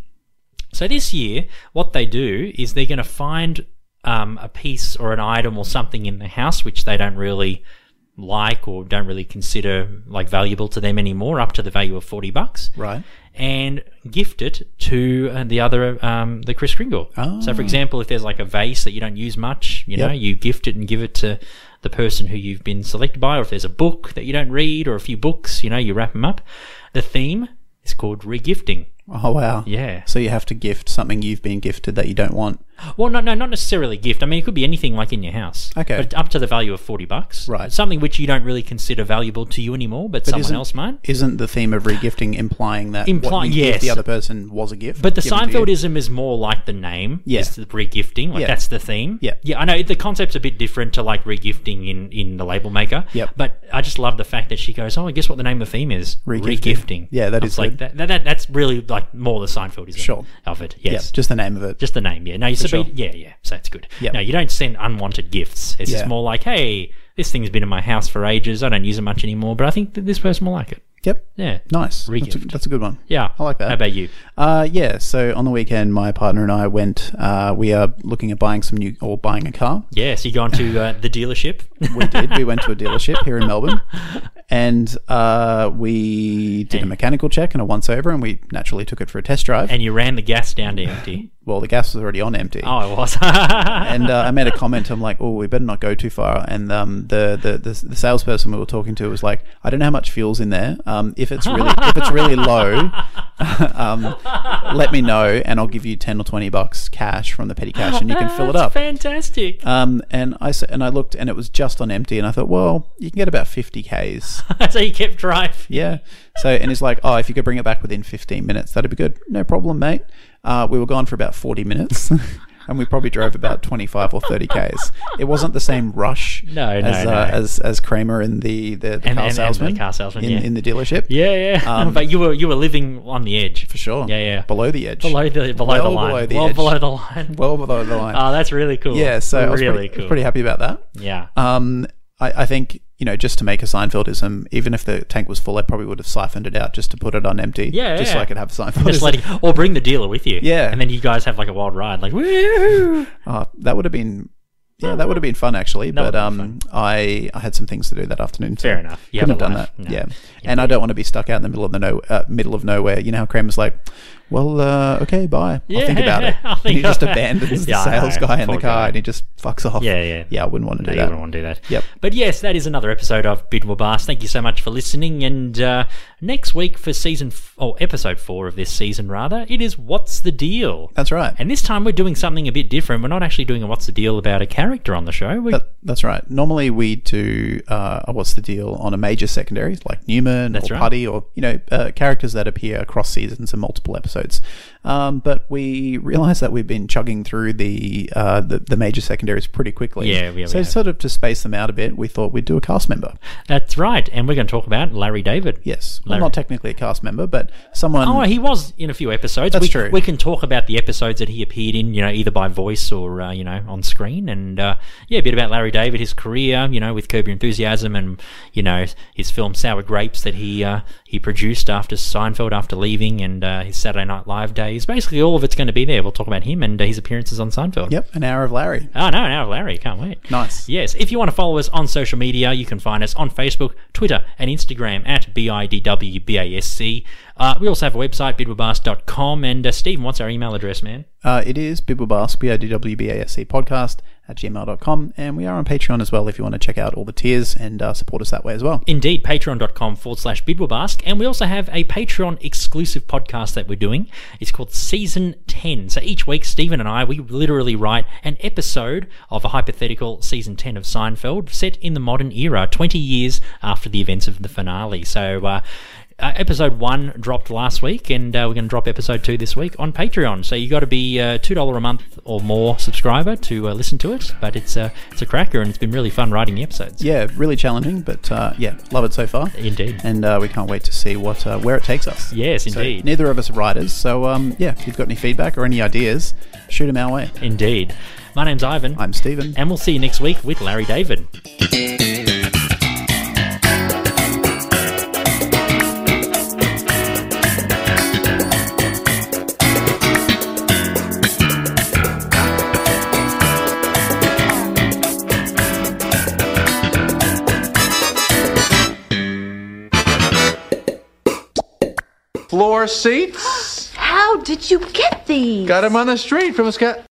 So this year, what they do is they're going to find um, a piece or an item or something in the house which they don't really like or don't really consider like valuable to them anymore, up to the value of forty bucks
Right.
and gift it to uh, the other, um, the Chris Kringle. So, for example, if there's like a vase that you don't use much, you know,
Ah. Yep.
you gift it and give it to the person who you've been selected by, or if there's a book that you don't read, or a few books, you know, you wrap them up. The theme is called regifting.
Oh wow.
Yeah.
So you have to gift something you've been gifted that you don't want.
Well, no, no, not necessarily gift. I mean, it could be anything like in your house.
Okay.
But up to the value of 40 bucks.
Right.
Something which you don't really consider valuable to you anymore, but, someone
isn't-
else might.
Isn't the theme of regifting implying that
Imply-
what you gave
yes.
the other person was a gift?
But the
given to you?
Seinfeldism is more like the name.
Yeah.
It's the regifting. Like
Yeah.
that's the theme.
Yeah.
Yeah, I know the concept's a bit different to like regifting in in the label maker.
Yep.
But I just love the fact that she goes, "Oh, guess what the name of the theme is?
Regifting.
Regifting."
Yeah, that
I
is
was like
good.
that, that, that- That's really like more the Seinfeldism
Sure.
of it.
Yeah,
Yes. just,
just the name of it.
the name. Yeah. No, you should
sure.
be, yeah, yeah. So that's good.
Yep.
No, you don't send unwanted gifts. It's
Yeah.
just more like, "Hey, this thing's been in my house for ages. I don't use it much anymore, but I think that this person will like it."
Yep.
Yeah.
Nice. That's a,
Regift.
that's a good one.
Yeah.
I like that.
How about you?
Uh, yeah. So on the weekend, my partner and I went. Uh, we are looking at buying some new or buying a car.
Yeah, so you gone to uh, the dealership.
We did. we went to a dealership here in Melbourne, and uh, we did a mechanical check and a once over, and we naturally took it for a test drive.
and you ran the gas down to empty.
well, the gas was already on empty.
Oh, it was. and
and uh, I made a comment. I'm like, oh, we better not go too far. And um, the, the the the salesperson we were talking to was like, I don't know how much fuel's in there. Um, if it's really if it's really low, um, let me know, and I'll give you ten or twenty bucks cash from the petty cash, and you can
Oh,
fill it up.
Fantastic.
Um, and I s- and I looked, and it was just on empty, and I thought, well, you can get about fifty k's.
so you kept drive.
Yeah. So, and he's like, oh, if you could bring it back within 15 minutes, that'd be good. No problem, mate. Uh, we were gone for about 40 minutes and we probably drove about 25 or 30 Ks. It wasn't the same rush
No, no,
as, uh,
no.
as, as Kramer and the, the, the
And-
car
and- and the
salesman.
car salesman,
in,
yeah.
in the dealership.
Yeah, yeah.
Um,
but you were you were living on the edge
For sure.
Yeah, yeah.
Below the edge.
below the below the
Well below
line.
the
well
edge.
below the line.
Well below the line.
oh, that's really cool.
yeah. So I was
really
pretty,
cool.
pretty happy about that.
yeah.
Um, I, I think, you know, just to make a Seinfeldism, even if the tank was full, I probably would have siphoned it out just to put it on empty.
Yeah,
Just
yeah.
so I could have a Seinfeldism.
just letting, or bring the dealer with you.
Yeah.
and then you guys have like a wild ride, like woo.
Uh, that would have been yeah, that would have been fun actually.
That
but
would have
um,
been
I I had some things to do that afternoon. So
Fair enough. You
couldn't have
have a
done
life.
that.
No.
Yeah, and I don't want to be stuck out in the middle of the no uh, middle of nowhere. You know how Kramer's like, well, uh, okay, bye. I'll think about it.
Yeah, I'll
and
think
he just
about it.
abandons
Yeah,
the
I
sales
know.
guy in the
Poor
car,
guy.
and he just fucks off.
Yeah, yeah.
yeah. I wouldn't want to
No,
do
you
that.
wouldn't want to do that.
Yep.
But yes, that is another episode of Bid Bars. Thank you so much for listening. And uh, next week for season f- or episode four of this season, rather, it is What's the Deal?
That's right.
And this time we're doing something a bit different. We're not actually doing a What's the Deal about a character on the show. We,
That- that's right. Normally we do uh, a what's the deal on a major secondary like Newman
That's
or
right.
Putty or you know uh, characters that appear across seasons and multiple episodes. Um, but we realize that we've been chugging through the uh, the, the major secondaries pretty quickly.
Yeah, we- we
so
have.
sort of to space them out a bit, we thought we'd do a cast member.
that's right. And we're going to talk about Larry David.
Yes, well,
Larry.
not technically a cast member, but someone.
Oh, he was in a few episodes.
That's
we,
true.
We can talk about the episodes that he appeared in, you know, either by voice or uh, you know on screen, and uh, yeah, a bit about Larry David, his career, you know, with Curb Your Enthusiasm, and you know his film Sour Grapes that he uh, he produced after Seinfeld, after leaving, and uh, his Saturday Night Live days. Basically, all of it's going to be there. We'll talk about him and uh, his appearances on Seinfeld.
Yep, an hour of Larry.
Oh no, now Larry, can't wait.
Nice.
Yes, if you want to follow us on social media, you can find us on Facebook, Twitter, and Instagram at BIDWBASC. Uh, we also have a website, bidwabast.com, and uh, Stephen, what's our email address, man?
Uh, it is Bibblebask, B-I-D-W-B-A-S-C E podcast at gmail.com. And we are on Patreon as well if you want to check out all the tiers and uh, support us that way as well.
Indeed, patreon.com forward slash bidwabask. And we also have a Patreon exclusive podcast that we're doing. It's called Season 10. So each week, Stephen and I, we literally write an episode of a hypothetical Season 10 of Seinfeld set in the modern era, 20 years after the events of the finale. So, uh, uh, episode one dropped last week, and uh, we're going to drop episode two this week on Patreon. So you got to be uh, two dollar a month or more subscriber to uh, listen to it. But it's a it's a cracker, and it's been really fun writing the episodes.
yeah, really challenging, but uh, yeah, love it so far.
Indeed.
And uh, we can't wait to see what uh, where it takes us.
Yes,
So
indeed.
neither of us are writers, so um, yeah, if you've got any feedback or any ideas, shoot them our way.
Indeed. My name's Ivan,
I'm Stephen.
and we'll see you next week with Larry David.
Floor seats.
How did you get these?
Got him on the street from a scout.